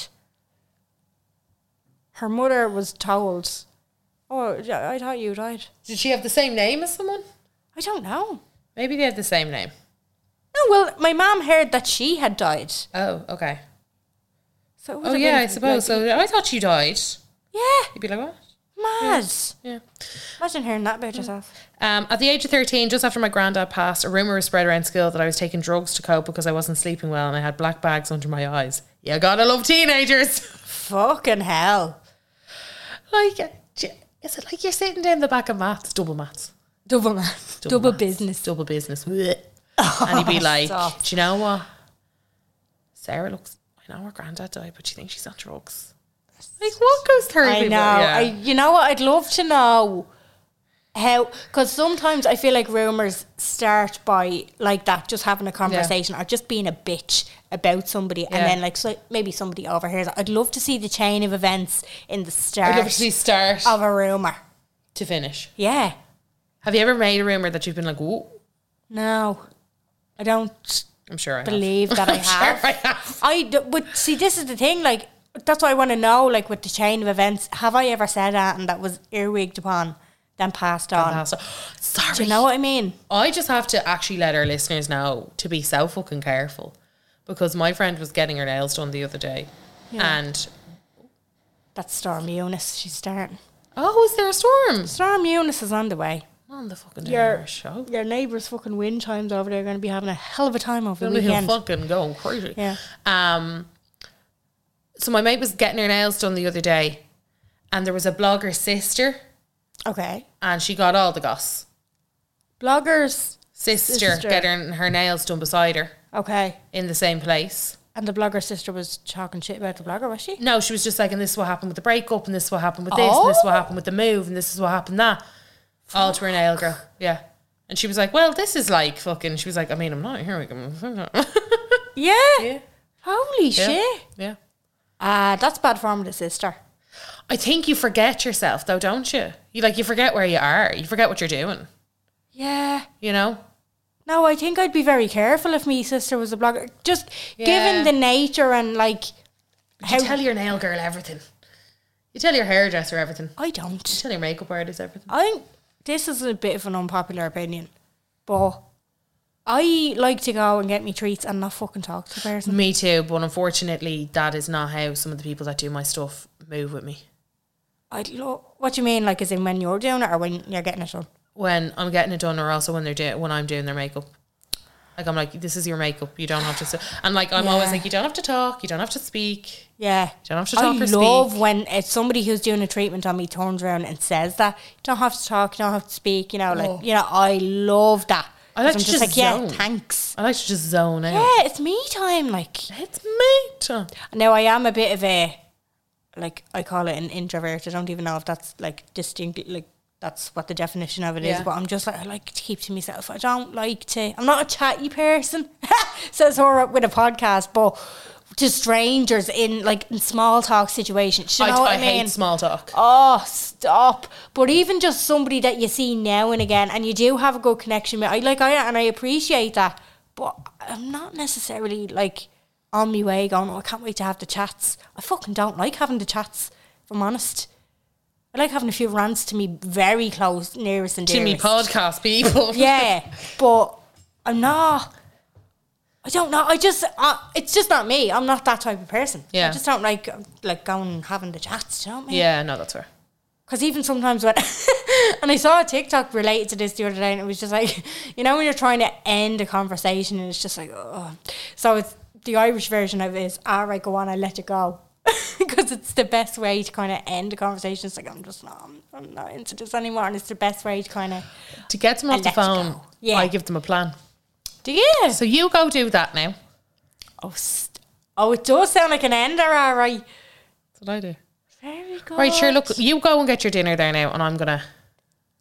[SPEAKER 3] Her mother was told, "Oh, yeah, I thought you died."
[SPEAKER 4] Did she have the same name as someone?
[SPEAKER 3] I don't know.
[SPEAKER 4] Maybe they had the same name.
[SPEAKER 3] No, well, my mom heard that she had died.
[SPEAKER 4] Oh, okay.
[SPEAKER 3] So it would
[SPEAKER 4] Oh,
[SPEAKER 3] have
[SPEAKER 4] yeah,
[SPEAKER 3] been,
[SPEAKER 4] I suppose.
[SPEAKER 3] like-
[SPEAKER 4] So I thought you died.
[SPEAKER 3] Yeah,
[SPEAKER 4] You'd be like, what?
[SPEAKER 3] mad.
[SPEAKER 4] Yeah.
[SPEAKER 3] Imagine hearing that about yourself.
[SPEAKER 4] Um, at the age of 13, just after my granddad passed, a rumour was spread around school that I was taking drugs to cope because I wasn't sleeping well and I had black bags under my eyes. You gotta love teenagers.
[SPEAKER 3] Fucking hell.
[SPEAKER 4] like, j- is it like you're sitting down the back of maths, double maths,
[SPEAKER 3] Double man. Double,
[SPEAKER 4] maths,
[SPEAKER 3] business. Oh,
[SPEAKER 4] double business? Blech. and he'd be like,
[SPEAKER 3] stop.
[SPEAKER 4] do you know what? Sarah looks, I know her granddad died, but she thinks she's on drugs. Like, what goes through
[SPEAKER 3] I know.
[SPEAKER 4] people? Yeah.
[SPEAKER 3] I, you know what? I'd love to know how, because sometimes I feel like rumors start by like that, just having a conversation or just being a bitch about somebody,
[SPEAKER 4] Yeah.
[SPEAKER 3] and then like so maybe somebody overhears. it. I'd love to see the chain of events in the
[SPEAKER 4] I'd
[SPEAKER 3] start
[SPEAKER 4] love to see start
[SPEAKER 3] of a rumor.
[SPEAKER 4] to finish.
[SPEAKER 3] Yeah.
[SPEAKER 4] Have you ever made a rumour that you've been like, ooh,
[SPEAKER 3] No, I don't
[SPEAKER 4] I'm sure I have.
[SPEAKER 3] believe that I have.
[SPEAKER 4] I have.
[SPEAKER 3] I d- but see, this is the thing. Like that's what I want to know. Like with the chain of events, have I ever said that and that was earwigged upon, then passed on?
[SPEAKER 4] That's- Sorry.
[SPEAKER 3] Do you know what I mean?
[SPEAKER 4] I just have to actually let our listeners know to be so fucking careful because my friend was getting her nails done the other day and
[SPEAKER 3] That's Storm Eunice. She's starting.
[SPEAKER 4] oh, is there a storm?
[SPEAKER 3] Storm Eunice is on the way.
[SPEAKER 4] On the fucking day
[SPEAKER 3] Your-
[SPEAKER 4] of our show.
[SPEAKER 3] Your neighbours' fucking wind chimes over there are going to be having a hell of a time over the
[SPEAKER 4] Gonna be
[SPEAKER 3] weekend.
[SPEAKER 4] fucking going crazy.
[SPEAKER 3] Yeah.
[SPEAKER 4] Um So my mate was getting her nails done the other day, and there was a blogger sister,
[SPEAKER 3] Okay.
[SPEAKER 4] and she got all the goss.
[SPEAKER 3] Bloggers.
[SPEAKER 4] Sister,
[SPEAKER 3] Sister.
[SPEAKER 4] getting her nails done beside her
[SPEAKER 3] Okay.
[SPEAKER 4] in the same place.
[SPEAKER 3] And the blogger sister was talking shit about the blogger, was she?
[SPEAKER 4] No, she was just like, and this is what happened with the breakup, and this is what happened with this, and this is what
[SPEAKER 3] Oh.
[SPEAKER 4] happened with the move, and this is what happened that. All to her nail girl. Yeah. And she was like, well, this is like fucking. She was like, I mean, I'm not here.
[SPEAKER 3] Yeah. Holy shit.
[SPEAKER 4] yeah.
[SPEAKER 3] Ah, that's bad form of the sister.
[SPEAKER 4] I think you forget yourself though, don't you? You like you forget where you are. You forget what you're doing.
[SPEAKER 3] Yeah.
[SPEAKER 4] You know?
[SPEAKER 3] No, I think I'd be very careful if my sister was a blogger. Just
[SPEAKER 4] Yeah.
[SPEAKER 3] given the nature and like
[SPEAKER 4] You tell your nail girl everything. You tell your hairdresser everything.
[SPEAKER 3] I
[SPEAKER 4] You
[SPEAKER 3] don't.
[SPEAKER 4] tell your makeup artist everything.
[SPEAKER 3] I think this is a bit of an unpopular opinion, but I like to go and get me treats and not fucking talk to the person.
[SPEAKER 4] Me too, but unfortunately that is not how some of the people that do my stuff move with me.
[SPEAKER 3] I lo- what do you mean? Like, is in when you're doing it or when you're getting it done?
[SPEAKER 4] When I'm getting it done or also when they're doing when I'm doing their makeup. Like I'm like, this is your makeup. You don't have to s-" and like I'm always
[SPEAKER 3] Yeah.
[SPEAKER 4] like, you don't have to talk, you don't have to speak.
[SPEAKER 3] Yeah,
[SPEAKER 4] Don't have to talk
[SPEAKER 3] I
[SPEAKER 4] or
[SPEAKER 3] love
[SPEAKER 4] speak.
[SPEAKER 3] when it's somebody who's doing a treatment on me turns around and says that you don't have to talk, you don't have to speak. You know, like you know, I love that.
[SPEAKER 4] Oh. I like
[SPEAKER 3] 'Cause
[SPEAKER 4] to
[SPEAKER 3] I'm just like,
[SPEAKER 4] just
[SPEAKER 3] yeah,
[SPEAKER 4] zone.
[SPEAKER 3] thanks.
[SPEAKER 4] I like to just zone out.
[SPEAKER 3] Yeah, it's me time. Like,
[SPEAKER 4] It's me time.
[SPEAKER 3] Now I am a bit of a like I call it an introvert. I don't even know if that's like distinct like that's what the definition of it is.
[SPEAKER 4] Yeah.
[SPEAKER 3] But I'm just like I like to keep to myself. I don't like to I'm not a chatty person. Says her with a podcast, but to strangers in like in small talk situations. You
[SPEAKER 4] I,
[SPEAKER 3] know what
[SPEAKER 4] I
[SPEAKER 3] I, mean?
[SPEAKER 4] hate small talk.
[SPEAKER 3] Oh, stop! But even just somebody that you see now and again, and you do have a good connection with, I like I and I appreciate that. But I'm not necessarily like on my way going. Oh, I can't wait to have the chats. I fucking don't like having the chats. If I'm honest, I like having a few rants to me very close, nearest and
[SPEAKER 4] to
[SPEAKER 3] dearest.
[SPEAKER 4] me podcast people.
[SPEAKER 3] Yeah, but I'm not. I don't know. I just, I, it's just not me. I'm not that type of person.
[SPEAKER 4] Yeah.
[SPEAKER 3] I just don't like like going and having the chats. do You know what I mean?
[SPEAKER 4] Yeah, no, that's fair.
[SPEAKER 3] Because even sometimes when, and I saw a TikTok related to this the other day, and it was just like, you know, when you're trying to end a conversation, and it's just like, oh. So it's the Irish version of it is, all right, go on, I let you go. Because it's the best way to kind of end a conversation. It's like, I'm just not, I'm, I'm not into this anymore. And it's the best way to kind of,
[SPEAKER 4] To get them off the
[SPEAKER 3] Let's go.
[SPEAKER 4] phone,
[SPEAKER 3] Yeah.
[SPEAKER 4] I give them a plan.
[SPEAKER 3] do you?
[SPEAKER 4] So you go do that now.
[SPEAKER 3] Oh, st- oh, it does sound like an ender, all right.
[SPEAKER 4] That's what I do.
[SPEAKER 3] Very good.
[SPEAKER 4] Right, sure. Look, you go and get your dinner there now, and I'm gonna.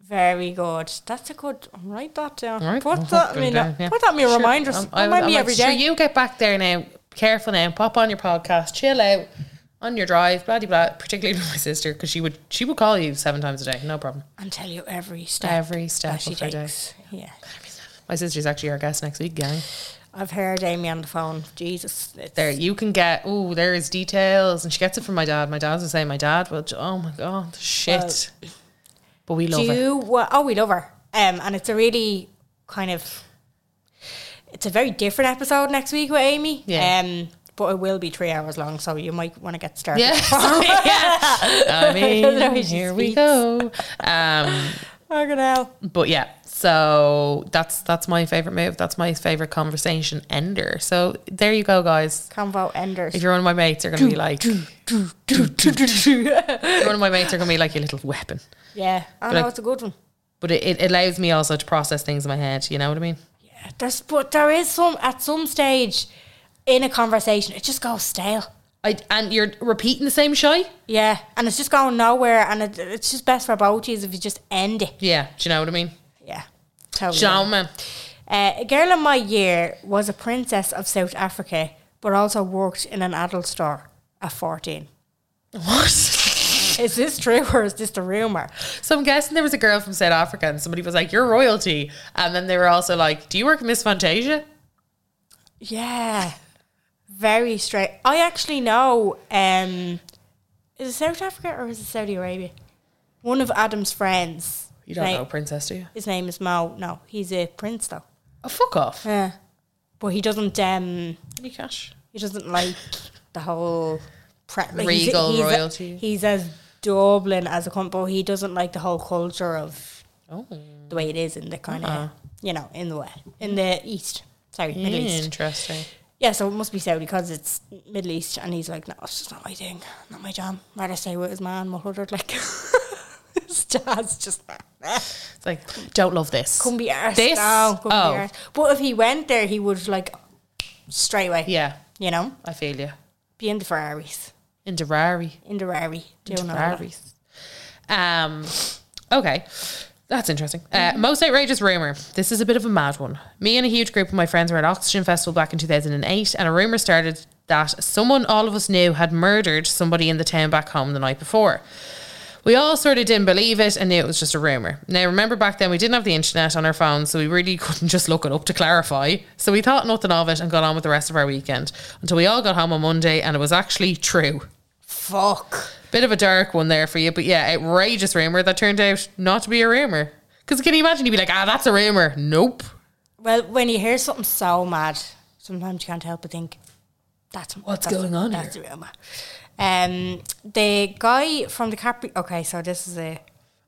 [SPEAKER 3] Very good. That's a good. Write that down.
[SPEAKER 4] All right,
[SPEAKER 3] Put,
[SPEAKER 4] I'll
[SPEAKER 3] that
[SPEAKER 4] fucking
[SPEAKER 3] in
[SPEAKER 4] down,
[SPEAKER 3] a,
[SPEAKER 4] yeah.
[SPEAKER 3] put that in your
[SPEAKER 4] Sure,
[SPEAKER 3] reminders.
[SPEAKER 4] I'm- I'm-
[SPEAKER 3] Remind
[SPEAKER 4] I'm
[SPEAKER 3] me
[SPEAKER 4] like,
[SPEAKER 3] every day.
[SPEAKER 4] sure, you get back there now. Careful now. Pop on your podcast. Chill out on your drive. Blah de blah. Particularly with my sister, because she would she would call you seven times a day. No problem.
[SPEAKER 3] and tell you every step.
[SPEAKER 4] Every
[SPEAKER 3] that
[SPEAKER 4] step
[SPEAKER 3] she
[SPEAKER 4] of her day.
[SPEAKER 3] takes. Yeah,
[SPEAKER 4] My sister's actually our guest next week, gang.
[SPEAKER 3] I've heard Amy on the phone. Jesus, it's,
[SPEAKER 4] There, you can get. Oh, there is details, and she gets it from my dad. My dad's the same. My dad, well, oh my god, shit. but we love
[SPEAKER 3] do
[SPEAKER 4] her.
[SPEAKER 3] you? Wa- oh, we love her. Um, and it's a really kind of. It's a very different episode next week with Amy.
[SPEAKER 4] Yeah.
[SPEAKER 3] Um, but it will be three hours long, so you might want to get started.
[SPEAKER 4] Yeah. I
[SPEAKER 3] don't know
[SPEAKER 4] mean,
[SPEAKER 3] who she
[SPEAKER 4] here we
[SPEAKER 3] speaks.
[SPEAKER 4] go. Um,
[SPEAKER 3] Fucking Oh, hell.
[SPEAKER 4] but yeah, so that's that's my favorite move. That's my favorite conversation ender. So there you go, guys.
[SPEAKER 3] Convo enders.
[SPEAKER 4] If you're one of my mates, they're gonna be like, if you're one of my mates, they're gonna be like your little weapon.
[SPEAKER 3] yeah, I know
[SPEAKER 4] Like-
[SPEAKER 3] it's a good one.
[SPEAKER 4] But it, it allows me also to process things in my head. You know what I mean?
[SPEAKER 3] There's, but there is some at some stage in a conversation, it just goes stale.
[SPEAKER 4] I and you're repeating the same shy.
[SPEAKER 3] Yeah, and it's just going nowhere, and it, it's just best for both of you if you just end it.
[SPEAKER 4] Yeah. Do you know what I mean?
[SPEAKER 3] Oh, Yeah, totally.
[SPEAKER 4] Gentlemen.
[SPEAKER 3] Uh, a girl in my year was a princess of South Africa, but also worked in an adult store at 14.
[SPEAKER 4] What?
[SPEAKER 3] Is this true or is this the rumor?
[SPEAKER 4] So I'm guessing there was a girl from South Africa and somebody was like, You're royalty. And then they were also like, Do you work at Miss Fantasia?
[SPEAKER 3] Yeah, very straight. I actually know. Um, is it South Africa or is it Saudi Arabia? One of Adam's friends.
[SPEAKER 4] You don't
[SPEAKER 3] right?
[SPEAKER 4] know Princess, do you?
[SPEAKER 3] His name is Mo. No, he's a prince though.
[SPEAKER 4] Oh fuck off.
[SPEAKER 3] Yeah, but he doesn't. Um,
[SPEAKER 4] Any cash?
[SPEAKER 3] He doesn't like the whole pre- like,
[SPEAKER 4] Regal royalty.
[SPEAKER 3] He's as Dublin as a cunt, but he doesn't like the whole culture of
[SPEAKER 4] Oh
[SPEAKER 3] the way it is in the kind of you know in the way in the east. Sorry, Middle East.
[SPEAKER 4] interesting.
[SPEAKER 3] Yeah, so it must be Saudi because it's Middle East, and he's like, no, it's just not my thing, not my jam. Rather stay with his man, my husband. Like, his dad's just
[SPEAKER 4] It's like, don't love this.
[SPEAKER 3] couldn't be arsed.
[SPEAKER 4] This?
[SPEAKER 3] No, couldn't
[SPEAKER 4] oh,
[SPEAKER 3] be arsed. But if he went there, he would like straight away.
[SPEAKER 4] yeah.
[SPEAKER 3] you know,
[SPEAKER 4] I feel you.
[SPEAKER 3] be in the Ferraris,
[SPEAKER 4] In Derrari.
[SPEAKER 3] in the Rari, doing all that.
[SPEAKER 4] Ferraris. Um, okay. That's interesting. Uh, most outrageous rumor. This is a bit of a mad one. Me and a huge group of my friends were at Oxygen Festival back in 2008, and a rumor started that someone all of us knew had murdered somebody in the town back home the night before. We all sort of didn't believe it and knew it was just a rumor. Now, remember back then we didn't have the internet on our phones, so we really couldn't just look it up to clarify. So we thought nothing of it and got on with the rest of our weekend until we all got home on Monday and it was actually true.
[SPEAKER 3] Fuck.
[SPEAKER 4] Bit of a dark one there for you, but yeah, outrageous rumor that turned out not to be a rumor. Because can you imagine you'd be like, ah, that's a rumor? Nope.
[SPEAKER 3] Well, when you hear something so mad, sometimes you can't help but think, "That's what's
[SPEAKER 4] going on
[SPEAKER 3] That's the real mad. Um, the guy from the Capri. Okay, so this is a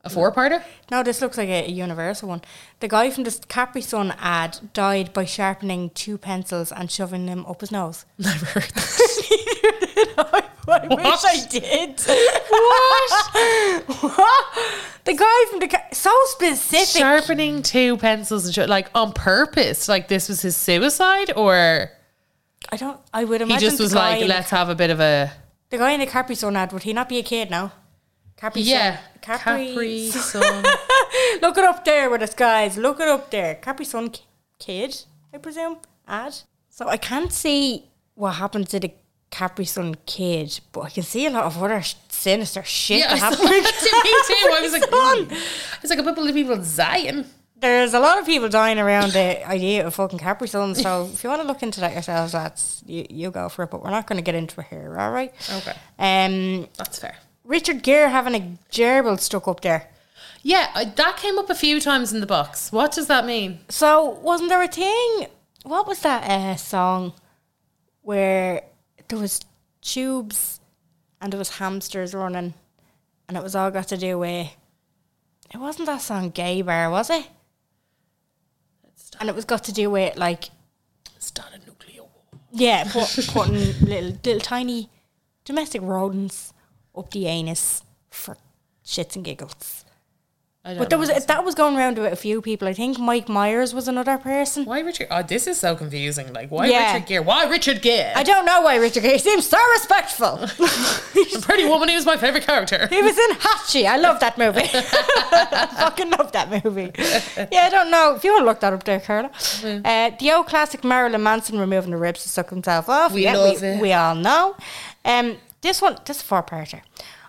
[SPEAKER 4] A four-parter?
[SPEAKER 3] no. This looks like a, a universal one. The guy from the Capri Sun ad died by sharpening two pencils and shoving them up his nose.
[SPEAKER 4] Never heard that.
[SPEAKER 3] I wish I did. What? what? The guy from the ca- so specific.
[SPEAKER 4] Sharpening two pencils and shit, like on purpose. Like this was his suicide, or
[SPEAKER 3] I don't. I would
[SPEAKER 4] he
[SPEAKER 3] imagine
[SPEAKER 4] just
[SPEAKER 3] the
[SPEAKER 4] was
[SPEAKER 3] guy
[SPEAKER 4] like,
[SPEAKER 3] in the
[SPEAKER 4] let's have a bit of a
[SPEAKER 3] The guy in the Capri Sun ad, would he not be a kid now? Capri
[SPEAKER 4] yeah,
[SPEAKER 3] Sun. Capri.
[SPEAKER 4] Capri
[SPEAKER 3] Sun.
[SPEAKER 4] Sun.
[SPEAKER 3] Look it up there with the skies. Look it up there. Capri Sun ki- kid, I presume, ad. So I can't see what happened to the Capri Sun kid, but I can see a lot of other sh- sinister shit
[SPEAKER 4] Yeah, I
[SPEAKER 3] that
[SPEAKER 4] saw
[SPEAKER 3] happened. with
[SPEAKER 4] that to me too. I was like,
[SPEAKER 3] Capri
[SPEAKER 4] mm. I was like a couple of people dying.
[SPEAKER 3] There's a lot of people dying around the idea of fucking Capri Sun, so if you want to look into that yourselves, lads, you, you go for it, but we're not going to get into it here, all right?
[SPEAKER 4] Okay.
[SPEAKER 3] Um,
[SPEAKER 4] That's fair.
[SPEAKER 3] Richard Gere having a gerbil stuck up there.
[SPEAKER 4] Yeah, I- that came up a few times in the box. What does that mean?
[SPEAKER 3] So wasn't there a thing? What was that uh, song where there was tubes and there was hamsters running, and it was all got to do with. It wasn't that song "Gay Bar," was it? And it was got to do with like
[SPEAKER 4] Start a nuclear war.
[SPEAKER 3] yeah, put, putting little little tiny domestic rodents up the anus for shits and giggles.
[SPEAKER 4] I don't
[SPEAKER 3] But there
[SPEAKER 4] know.
[SPEAKER 3] was that was going around with a few people. I think Mike Myers was another person.
[SPEAKER 4] Why Richard? Oh, this is so confusing. Like, why
[SPEAKER 3] Yeah.
[SPEAKER 4] Richard Gere? Why Richard Gere?
[SPEAKER 3] I don't know why Richard Gere seems so respectful.
[SPEAKER 4] The Pretty Woman is my favorite character.
[SPEAKER 3] he was in Hachi. I love that movie. Fucking love that movie. Yeah, I don't know. If you want to look that up there, Carla. Uh, the old classic Marilyn Manson removing the ribs to suck himself off.
[SPEAKER 4] We
[SPEAKER 3] yeah,
[SPEAKER 4] love
[SPEAKER 3] we,
[SPEAKER 4] it.
[SPEAKER 3] we all know. Um, this one, this four parter.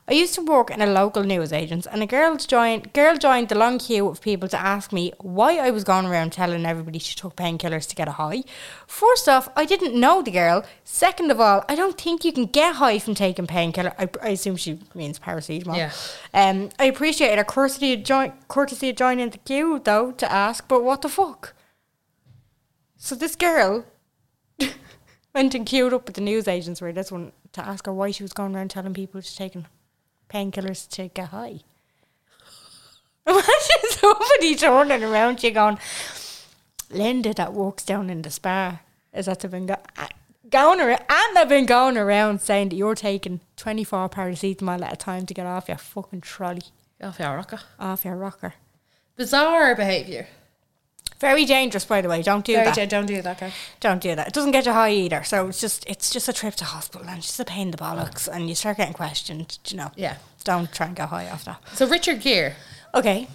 [SPEAKER 3] I used to work in a local newsagent's, and a girl joined girl joined the long queue of people to ask me why I was going around telling everybody she took painkillers to get a high. First off, I didn't know the girl. Second of all, I don't think you can get high from taking painkiller. I, I assume she means paracetamol.
[SPEAKER 4] Yeah.
[SPEAKER 3] Um, I appreciate her courtesy of join courtesy of joining the queue though to ask, but what the fuck? So this girl went and queued up at the news agents where this one to ask her why she was going around telling people she's taking painkillers to get high. Imagine somebody turning around to you going, Linda that walks down in the spa is that been go- uh, going around and they've been going around saying that you're taking 24 paracetamol at a time to get off your fucking trolley,
[SPEAKER 4] Off your rocker.
[SPEAKER 3] off your rocker.
[SPEAKER 4] Bizarre behavior.
[SPEAKER 3] Very dangerous, by the way. Don't do that.
[SPEAKER 4] don't do that, guy.
[SPEAKER 3] Don't do that. It doesn't get you high either. So it's just it's just a trip to hospital and it's just a pain in the bollocks and you start getting questioned, you know.
[SPEAKER 4] Yeah.
[SPEAKER 3] Don't try and get high off that.
[SPEAKER 4] So Richard Gere.
[SPEAKER 3] Okay.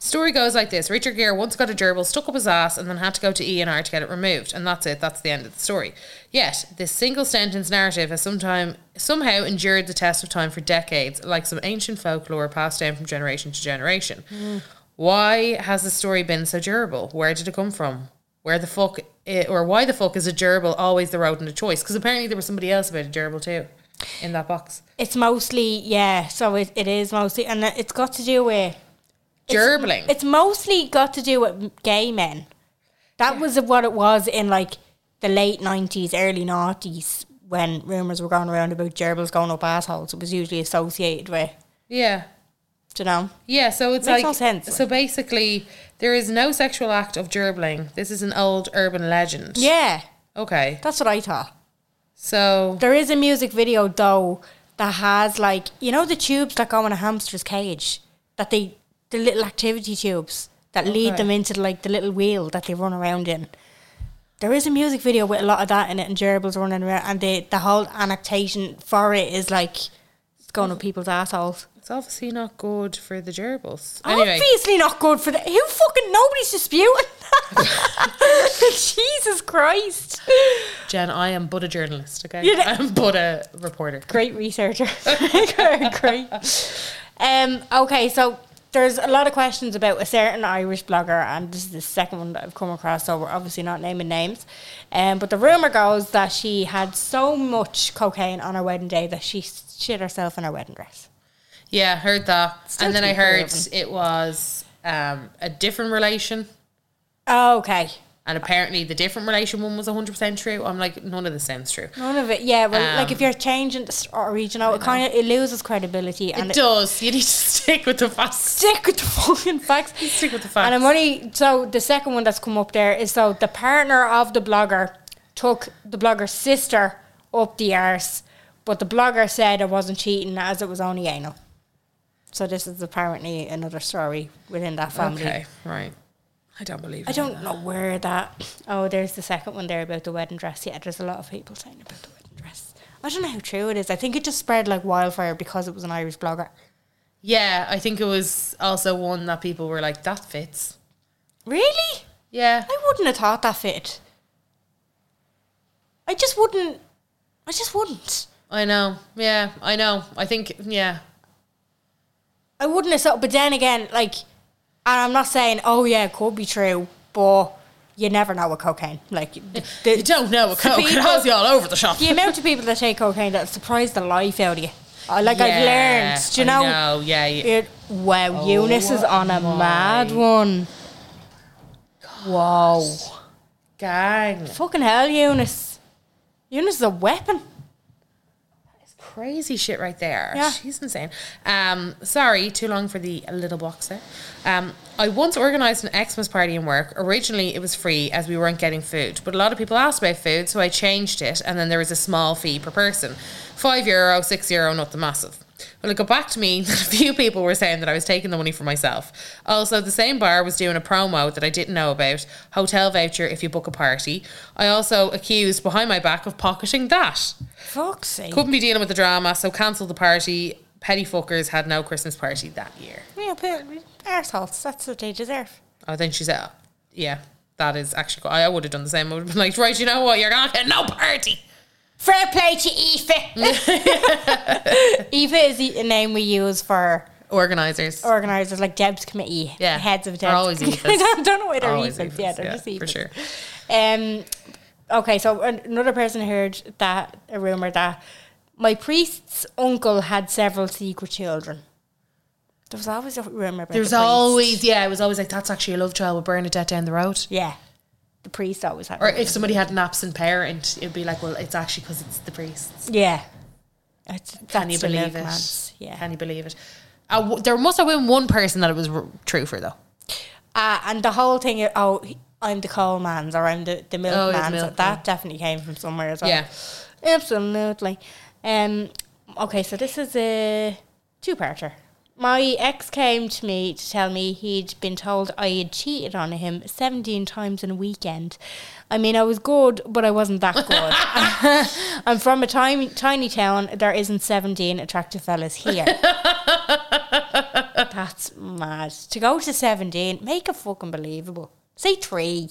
[SPEAKER 4] Story goes like this: Richard Gere once got a gerbil stuck up his ass and then had to go to E and R to get it removed, and that's it. That's the end of the story. Yet this single sentence narrative has sometime somehow endured the test of time for decades, like some ancient folklore passed down from generation to generation. Why has the story been so durable? Where did it come from? Where the fuck, i or why the fuck is a gerbil always the road and a choice? Because apparently there was somebody else about a gerbil too, in that box.
[SPEAKER 3] It's mostly yeah, so it, it is mostly and it's got to do with
[SPEAKER 4] Gerbling.
[SPEAKER 3] It's mostly got to do with gay men. That was what it was in like the late nineties, early noughties when rumours were going around about gerbils going up assholes. It was usually associated with
[SPEAKER 4] yeah.
[SPEAKER 3] do you know?
[SPEAKER 4] Yeah, so it's
[SPEAKER 3] Makes
[SPEAKER 4] like
[SPEAKER 3] no sense.
[SPEAKER 4] so basically there is no sexual act of gerbling. This is an old urban legend.
[SPEAKER 3] Yeah.
[SPEAKER 4] Okay.
[SPEAKER 3] That's what I thought.
[SPEAKER 4] So
[SPEAKER 3] There is a music video though that has like you know the tubes that go in a hamster's cage that they the little activity tubes that lead
[SPEAKER 4] Okay.
[SPEAKER 3] them into like the little wheel that they run around in. There is a music video with a lot of that in it and gerbils running around and the the whole annotation for it is like it's going up people's assholes.
[SPEAKER 4] it's obviously not good for the gerbils.
[SPEAKER 3] Obviously not good for the who fucking nobody's disputing that. Jesus Christ.
[SPEAKER 4] Jen, I am but a journalist, okay?
[SPEAKER 3] You know-
[SPEAKER 4] I'm but a reporter.
[SPEAKER 3] great researcher. great. Um, okay, so there's a lot of questions about a certain Irish blogger, and this is the second one that I've come across, so we're obviously not naming names. Um, but the rumour goes that she had so much cocaine on her wedding day that she shit herself in her wedding dress.
[SPEAKER 4] Yeah, heard that.
[SPEAKER 3] Still
[SPEAKER 4] and then
[SPEAKER 3] to
[SPEAKER 4] I
[SPEAKER 3] be
[SPEAKER 4] heard
[SPEAKER 3] proven.
[SPEAKER 4] it was um, a different relation.
[SPEAKER 3] Okay.
[SPEAKER 4] And apparently the different relation one was 100% true. I'm like, none of this sounds true.
[SPEAKER 3] None of it, yeah. Well, like
[SPEAKER 4] Um,
[SPEAKER 3] if you're changing the story, you know, it kind of it loses credibility and
[SPEAKER 4] It
[SPEAKER 3] it
[SPEAKER 4] does. You need to stick with the facts.
[SPEAKER 3] stick with the fucking facts.
[SPEAKER 4] Stick with the facts.
[SPEAKER 3] And I'm only so the second one that's come up there is so the partner of the blogger took the blogger's sister up the arse, but the blogger said it wasn't cheating as it was only anal. So this is apparently another story within that family.
[SPEAKER 4] Okay, right. I don't believe
[SPEAKER 3] I
[SPEAKER 4] it.
[SPEAKER 3] don't know where that. Oh, there's the second one there about the wedding dress. Yeah, there's a lot of people saying about the wedding dress. I don't know how true it is. I think it just spread like wildfire because it was an Irish blogger.
[SPEAKER 4] Yeah, I think it was also one that people were like, that fits.
[SPEAKER 3] Really?
[SPEAKER 4] Yeah.
[SPEAKER 3] I wouldn't have thought that fit. I just wouldn't. I just wouldn't.
[SPEAKER 4] I know. Yeah, I know. I think, yeah.
[SPEAKER 3] I wouldn't have thought. But then again, like, and I'm not saying, oh yeah, it could be true, but you never know with cocaine. Like, the, the,
[SPEAKER 4] You don't know a coke. It
[SPEAKER 3] people-
[SPEAKER 4] has you all over the shop.
[SPEAKER 3] the amount of people that take cocaine that surprise the life out of you. Uh, Like I've
[SPEAKER 4] Yeah,
[SPEAKER 3] learned, do you know.
[SPEAKER 4] I know. Oh Yeah, yeah.
[SPEAKER 3] It, wow, Eunice is on a mad one. Wow.
[SPEAKER 4] Gang.
[SPEAKER 3] Fucking hell, Eunice. Eunice is a weapon.
[SPEAKER 4] Crazy shit right there.
[SPEAKER 3] Yeah.
[SPEAKER 4] She's insane. Um, sorry, too long for the little box there. Um, I once organised an Xmas party in work. Originally, it was free as we weren't getting food, but a lot of people asked about food, so I changed it, and then there was a small fee per person five euro, six euro, not the massive. Well, it got back to me that a few people were saying that I was taking the money for myself. Also, the same bar was doing a promo that I didn't know about hotel voucher if you book a party. I also accused behind my back of pocketing that.
[SPEAKER 3] Fuck's sake.
[SPEAKER 4] Couldn't be dealing with the drama, so cancelled the party. Petty fuckers had no Christmas party that year.
[SPEAKER 3] Yeah, but arseholes, that's what they deserve.
[SPEAKER 4] I think she said, oh, yeah, that is actually, co- I would have done the same. I would have been like, right, you know what? You're not getting no party.
[SPEAKER 3] Fair play to Aoife. Aoife is the name we use for
[SPEAKER 4] Organisers.
[SPEAKER 3] organisers, like Deb's committee,
[SPEAKER 4] Yeah,
[SPEAKER 3] heads of
[SPEAKER 4] they're
[SPEAKER 3] Deb's.
[SPEAKER 4] always Aoifes.
[SPEAKER 3] I don't, don't know why they're
[SPEAKER 4] Always
[SPEAKER 3] Aoifes. Yeah,
[SPEAKER 4] Aoifes,
[SPEAKER 3] they're
[SPEAKER 4] yeah,
[SPEAKER 3] just
[SPEAKER 4] for
[SPEAKER 3] Aoifes.
[SPEAKER 4] sure.
[SPEAKER 3] Um, okay, so an- another person heard that, a rumour that my priest's uncle had several secret children. There was always a rumour about
[SPEAKER 4] There's
[SPEAKER 3] the priest.
[SPEAKER 4] always, yeah, it was always like, that's actually a love child with Bernadette down the road.
[SPEAKER 3] Yeah. The priest always had
[SPEAKER 4] Or
[SPEAKER 3] rumours.
[SPEAKER 4] if somebody had an absent parent, it'd be like, well, it's actually because it's the priests.
[SPEAKER 3] Yeah. It's,
[SPEAKER 4] Can you
[SPEAKER 3] that's the
[SPEAKER 4] believe it?
[SPEAKER 3] milkman's, Yeah.
[SPEAKER 4] Can you believe it? Uh, w- there must have been one person that it was r- true for, though.
[SPEAKER 3] Uh, and the whole thing, oh, he- I'm the coal man's or I'm the, the
[SPEAKER 4] Oh, you're the
[SPEAKER 3] milkman's.
[SPEAKER 4] milkman.
[SPEAKER 3] that definitely came from somewhere as well.
[SPEAKER 4] Yeah.
[SPEAKER 3] Absolutely. Um, okay, so this is a two parter. My ex came to me to tell me he'd been told I had cheated on him 17 times in a weekend. I mean, I was good, but I wasn't that good. I'm from a tiny, tiny town. There isn't 17 attractive fellas here. That's mad. To go to 17, make it fucking believable. Say three.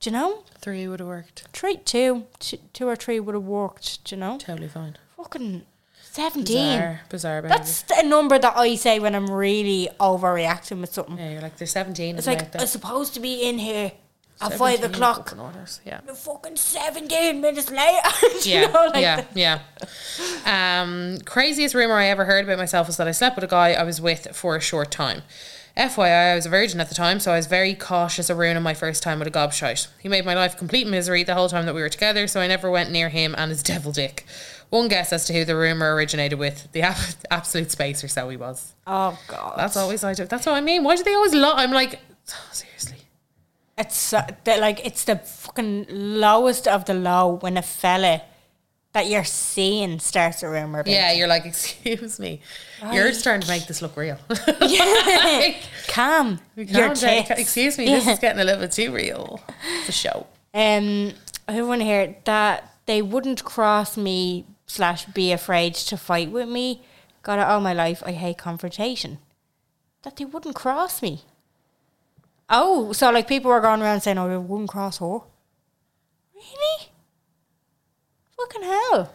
[SPEAKER 3] Do you know?
[SPEAKER 4] Three would have worked.
[SPEAKER 3] Three, two, two, two or three would have worked, do you know?
[SPEAKER 4] Totally fine.
[SPEAKER 3] Fucking 17.
[SPEAKER 4] Bizarre, bizarre behavior.
[SPEAKER 3] That's a number that I say when I'm really overreacting with something.
[SPEAKER 4] Yeah, you're like they're 17.
[SPEAKER 3] It's
[SPEAKER 4] and
[SPEAKER 3] like,
[SPEAKER 4] they're
[SPEAKER 3] I'm supposed to be in here at
[SPEAKER 4] 17
[SPEAKER 3] five o'clock.
[SPEAKER 4] fucking orders, Yeah.
[SPEAKER 3] You're Fucking 17 minutes later. do
[SPEAKER 4] Yeah,
[SPEAKER 3] you know? Like
[SPEAKER 4] yeah,
[SPEAKER 3] that.
[SPEAKER 4] yeah. Um, craziest rumor I ever heard about myself was that I slept with a guy I was with for a short time. FYI, I was a virgin at the time, so I was very cautious of ruining my first time with a gobshite. He made my life complete misery the whole time that we were together, so I never went near him and his devil dick. One guess as to who the rumor originated with the ab- absolute spacer, so he was.
[SPEAKER 3] Oh, God.
[SPEAKER 4] That's always I do. That's what I mean. Why do they always lie? I'm like, seriously.
[SPEAKER 3] It's so, that like it's the fucking lowest of the low when a fella that you're seeing starts a rumor.
[SPEAKER 4] Yeah, you're like, excuse me, you're starting to make this look real.
[SPEAKER 3] Yeah. Calm your
[SPEAKER 4] Calm down.
[SPEAKER 3] tits.
[SPEAKER 4] Excuse me, this is getting a little bit too real. It's a show.
[SPEAKER 3] Um, everyone here that they wouldn't cross me slash be afraid to fight with me. Got it all my life. I hate confrontation. That they wouldn't cross me. Oh, so like people were going around saying, "Oh, they wouldn't cross her." Really? Fucking hell!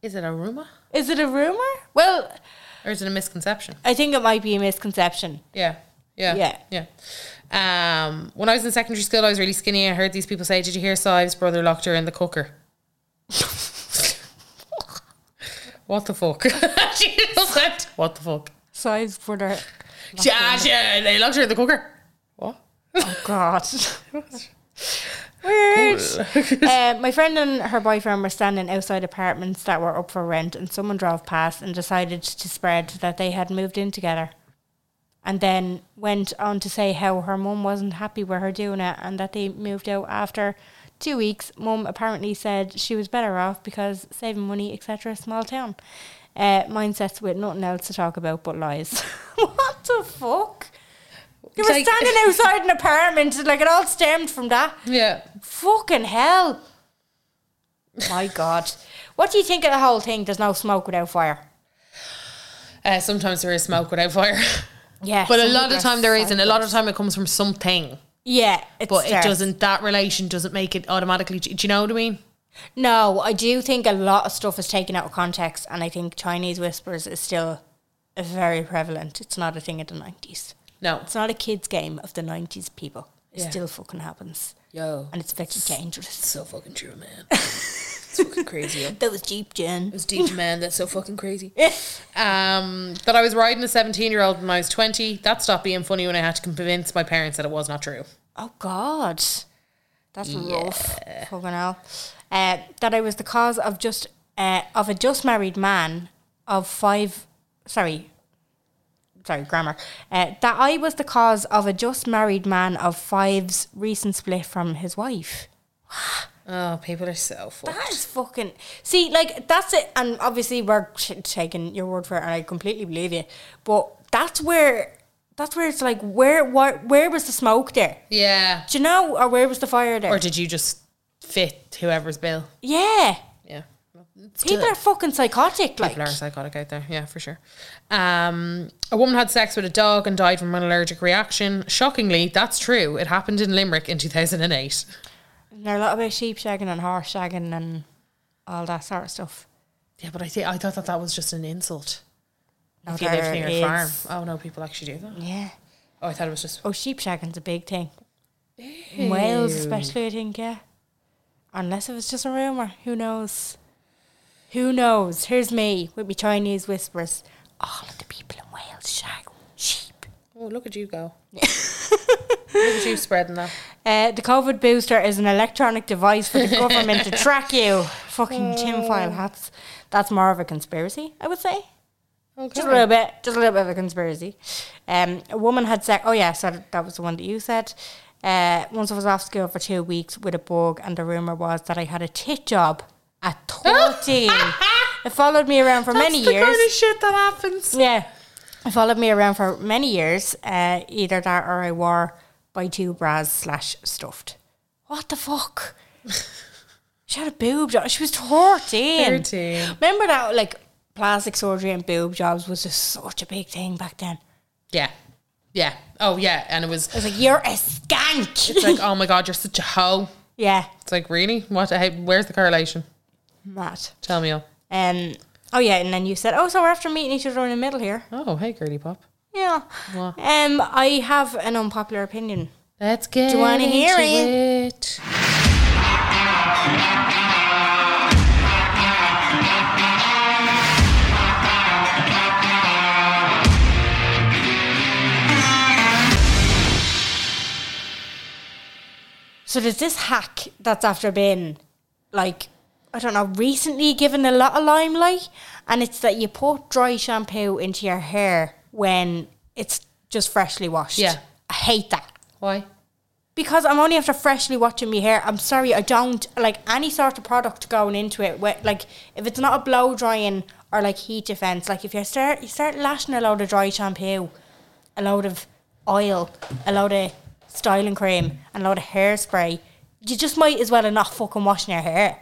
[SPEAKER 4] Is it a rumor
[SPEAKER 3] Is it a rumor? Well,
[SPEAKER 4] or is it a misconception?
[SPEAKER 3] I think it might be a misconception.
[SPEAKER 4] Yeah. Yeah. Yeah. Yeah. Um, when I was in secondary school, I was really skinny. I heard these people say, Did you hear Sive's brother locked her in the cooker? what the fuck? she just said, What the fuck?
[SPEAKER 3] Size brother.
[SPEAKER 4] Yeah, yeah, they locked her in the cooker. What?
[SPEAKER 3] Oh God. Weird. Uh, my friend and her boyfriend were standing outside apartments that were up for rent, and someone drove past and decided to spread that they had moved in together. And then went on to say how her mum wasn't happy with her doing it and that they moved out after two weeks. Mum apparently said she was better off because saving money, etc., small town. Uh, mindsets with nothing else to talk about but lies. what the fuck? You were
[SPEAKER 4] Like-
[SPEAKER 3] standing outside an apartment, like it all stemmed from that.
[SPEAKER 4] Yeah.
[SPEAKER 3] Fucking hell. My God. What do you think of the whole thing? There's no smoke without fire.
[SPEAKER 4] Uh, sometimes there is smoke without fire.
[SPEAKER 3] Yeah.
[SPEAKER 4] but a
[SPEAKER 3] some
[SPEAKER 4] lot
[SPEAKER 3] people
[SPEAKER 4] of
[SPEAKER 3] are
[SPEAKER 4] time there
[SPEAKER 3] psychos.
[SPEAKER 4] isn't. A lot of time it comes from something.
[SPEAKER 3] Yeah. It
[SPEAKER 4] But it
[SPEAKER 3] starts.
[SPEAKER 4] doesn't, that relation doesn't make it automatically. Do you know what I mean?
[SPEAKER 3] No, I do think a lot of stuff is taken out of context, and I think Chinese whispers is still very prevalent. It's not a thing of the 90s.
[SPEAKER 4] No.
[SPEAKER 3] It's not a kids' game of the 90s people. It
[SPEAKER 4] Yeah.
[SPEAKER 3] still fucking happens.
[SPEAKER 4] Yo.
[SPEAKER 3] And it's very dangerous.
[SPEAKER 4] so fucking true, man. it's fucking crazy. It
[SPEAKER 3] That was Jeep Jen.
[SPEAKER 4] was deep, man. That's so fucking crazy. um, that I was riding a 17 year old when I was 20. That stopped being funny when I had to convince my parents that it was not true.
[SPEAKER 3] Oh God, that's rough. Fucking hell. Uh, that I was the cause of just uh, of a just married man of five. Sorry, sorry, grammar. Uh, that I was the cause of a just married man of five's recent split from his wife.
[SPEAKER 4] Oh, people are so fucked.
[SPEAKER 3] That is fucking. See, like that's it, and obviously we're t- taking your word for it, and I completely believe you. But that's where that's where it's like where where, where was the smoke there?
[SPEAKER 4] Yeah.
[SPEAKER 3] Do you know, or where was the fire there?
[SPEAKER 4] Or did you just fit whoever's bill?
[SPEAKER 3] Yeah.
[SPEAKER 4] Yeah. It's
[SPEAKER 3] People are fucking psychotic. Like,
[SPEAKER 4] People are psychotic out there, yeah, for sure. Um, a woman had sex with a dog and died from an allergic reaction. Shockingly, that's true. It happened in Limerick in 2008.
[SPEAKER 3] and there are a lot about sheep shagging and horse shagging and all that sort of stuff.
[SPEAKER 4] Yeah, but I, th- I thought that that was just an insult.
[SPEAKER 3] No,
[SPEAKER 4] if you lived
[SPEAKER 3] there
[SPEAKER 4] near a
[SPEAKER 3] is-
[SPEAKER 4] farm. Oh no, people actually do that.
[SPEAKER 3] Yeah.
[SPEAKER 4] Oh, I thought it was just
[SPEAKER 3] Oh, sheep shagging's a big thing. In Wales, especially, I think, yeah. Unless it was just a rumour. Who knows? Who knows? Here's me with me Chinese whispers. All of the people in Wales shag sheep.
[SPEAKER 4] oh look at you go. look at you spreading that.
[SPEAKER 3] Uh, the COVID booster is an electronic device for the government to track you. Fucking
[SPEAKER 4] Oh.
[SPEAKER 3] tinfoil hats. That's more of a conspiracy, I would say. Just a little bit, just a little bit of a conspiracy. Um, a woman had sex. Oh yeah, so th- that was the one that you said. Uh, once I was off school for two weeks with a bug, and the rumor was that I had a tit job at thirteen. it followed me around for many
[SPEAKER 4] That's the
[SPEAKER 3] years.
[SPEAKER 4] kind of shit that happens.
[SPEAKER 3] Yeah. It followed me around for many years. Uh, either that or I wore by two bras slash stuffed. What the fuck? she had a boob job. She was 13.
[SPEAKER 4] 13.
[SPEAKER 3] Remember that, like, plastic surgery and boob jobs was just such a big thing back then.
[SPEAKER 4] Yeah, yeah. Oh yeah, and it was.
[SPEAKER 3] I was like, you're a skank.
[SPEAKER 4] It's like oh my god, you're such a hoe.
[SPEAKER 3] yeah,
[SPEAKER 4] It's like really what? Hey, where's the correlation?
[SPEAKER 3] Matt.
[SPEAKER 4] Tell me all.
[SPEAKER 3] Um, oh, yeah, and then you said, oh, so we're after meeting each other in the middle here.
[SPEAKER 4] Oh hey, girly pop.
[SPEAKER 3] Yeah. Um, I have an unpopular opinion.
[SPEAKER 4] Let's get.
[SPEAKER 3] you wanna hear
[SPEAKER 4] into it?
[SPEAKER 3] So there's this hack that's after been like I don't know, recently given a lot of limelight, and it's that you put dry shampoo into your hair when it's just freshly washed.
[SPEAKER 4] Yeah.
[SPEAKER 3] I hate that.
[SPEAKER 4] Why?
[SPEAKER 3] because I'm only after freshly watching my hair. I'm sorry, I don't like any sort of product going into it. Where, like if it's not a blow drying or like heat defense, like if you start you start lashing a load of dry shampoo, a load of oil, a load of styling cream, and a load of hairspray, you just might as well have not fucking washing your hair.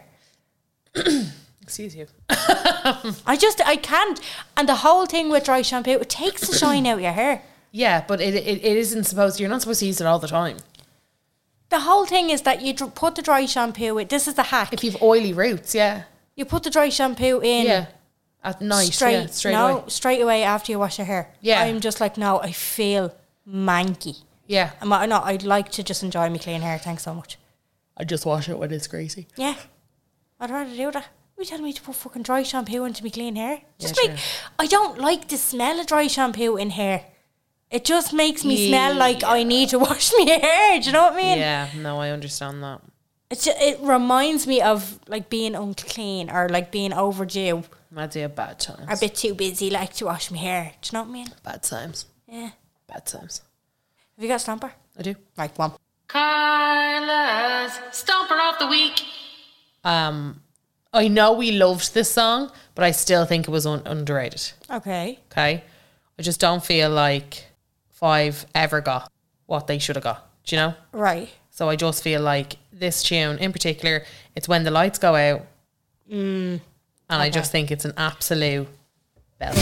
[SPEAKER 4] Excuse you.
[SPEAKER 3] I just I can't. And the whole thing with dry shampoo, it takes the shine out of your hair.
[SPEAKER 4] Yeah, but it, it, it isn't supposed. You're not supposed to use it all the time.
[SPEAKER 3] The whole thing is that you dr- put the dry shampoo in. This is the hack.
[SPEAKER 4] If you've oily roots, yeah,
[SPEAKER 3] you put the dry shampoo in
[SPEAKER 4] yeah, at night,
[SPEAKER 3] straight,
[SPEAKER 4] yeah, Oh, straight
[SPEAKER 3] no,
[SPEAKER 4] away,
[SPEAKER 3] straight away after you wash your hair.
[SPEAKER 4] Yeah.
[SPEAKER 3] I'm just like, no, I feel manky.
[SPEAKER 4] yeah.
[SPEAKER 3] I'm like, no, I'd like to just enjoy my clean hair. Thanks so much.
[SPEAKER 4] I just wash it when it's greasy.
[SPEAKER 3] Yeah, I'd rather do that. Are you telling me to put fucking dry shampoo into my clean hair? Just
[SPEAKER 4] Yeah,
[SPEAKER 3] make.
[SPEAKER 4] sure.
[SPEAKER 3] I don't like the smell of dry shampoo in hair. It just makes me smell like I need to wash my hair. Do you know what I mean?
[SPEAKER 4] Yeah, no, I understand that.
[SPEAKER 3] It's ju- it reminds me of like being unclean or like being overdue
[SPEAKER 4] Might be a bad times.
[SPEAKER 3] or a bit too busy like to wash my hair. Do you know what I mean?
[SPEAKER 4] bad times.
[SPEAKER 3] Yeah.
[SPEAKER 4] Bad times.
[SPEAKER 3] Have you got a stamper?
[SPEAKER 4] I do.
[SPEAKER 3] Like one.
[SPEAKER 4] Carla's Stomper of the Week. Um, I know we loved this song, but I still think it was un- underrated.
[SPEAKER 3] Okay.
[SPEAKER 4] Okay. I just don't feel like Five ever got what they should have got. Do you know?
[SPEAKER 3] Right.
[SPEAKER 4] So I just feel like this tune in particular, it's when the lights go out. Mm, and I just think it's an absolute bell.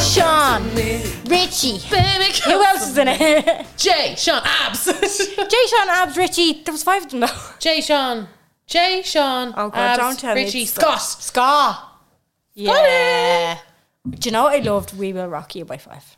[SPEAKER 3] Sean. Richie.
[SPEAKER 4] Baby,
[SPEAKER 3] Who else is in it?
[SPEAKER 4] Jay, Sean, abs.
[SPEAKER 3] Jay Sean Abs Richie. There was five of them though.
[SPEAKER 4] Jay, Sean. Jay, Sean.
[SPEAKER 3] Oh, God,
[SPEAKER 4] abs,
[SPEAKER 3] don't tell me
[SPEAKER 4] Richie,
[SPEAKER 3] it's-
[SPEAKER 4] Scott.
[SPEAKER 3] Scar. Yeah. Do you know what I loved? We Will Rock You by Five.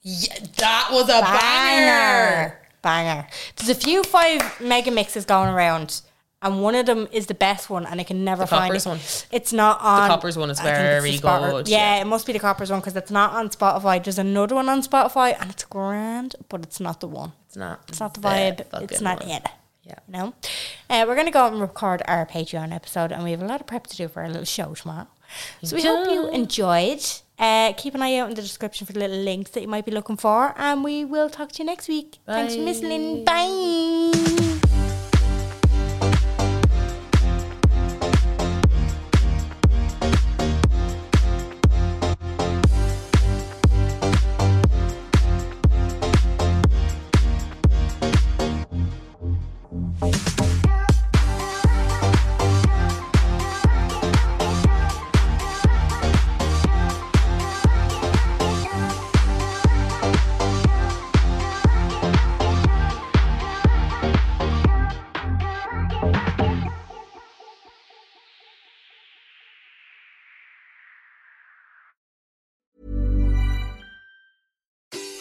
[SPEAKER 4] Yeah, that was a banger.
[SPEAKER 3] Banger. Banger. There's a few five mega mixes going around. And one of them is the best one, and I can never
[SPEAKER 4] The
[SPEAKER 3] find
[SPEAKER 4] Coppers
[SPEAKER 3] it.
[SPEAKER 4] one.
[SPEAKER 3] It's not on.
[SPEAKER 4] Coppers one is
[SPEAKER 3] I think it's
[SPEAKER 4] very
[SPEAKER 3] the Spotter-
[SPEAKER 4] good,
[SPEAKER 3] Yeah, it must be the Coppers one because it's not on Spotify. There's another one on Spotify, and it's grand, but it's not the one.
[SPEAKER 4] It's not.
[SPEAKER 3] It's not the vibe. it's not
[SPEAKER 4] one.
[SPEAKER 3] it.
[SPEAKER 4] Yeah.
[SPEAKER 3] You know? Uh, we're going to go out and record our Patreon episode, and we have a lot of prep to do for our little show tomorrow. So we hope you enjoyed. Uh, keep an eye out in the description for the little links that you might be looking for, and we will talk to you next week. Thanks for listening. Bye.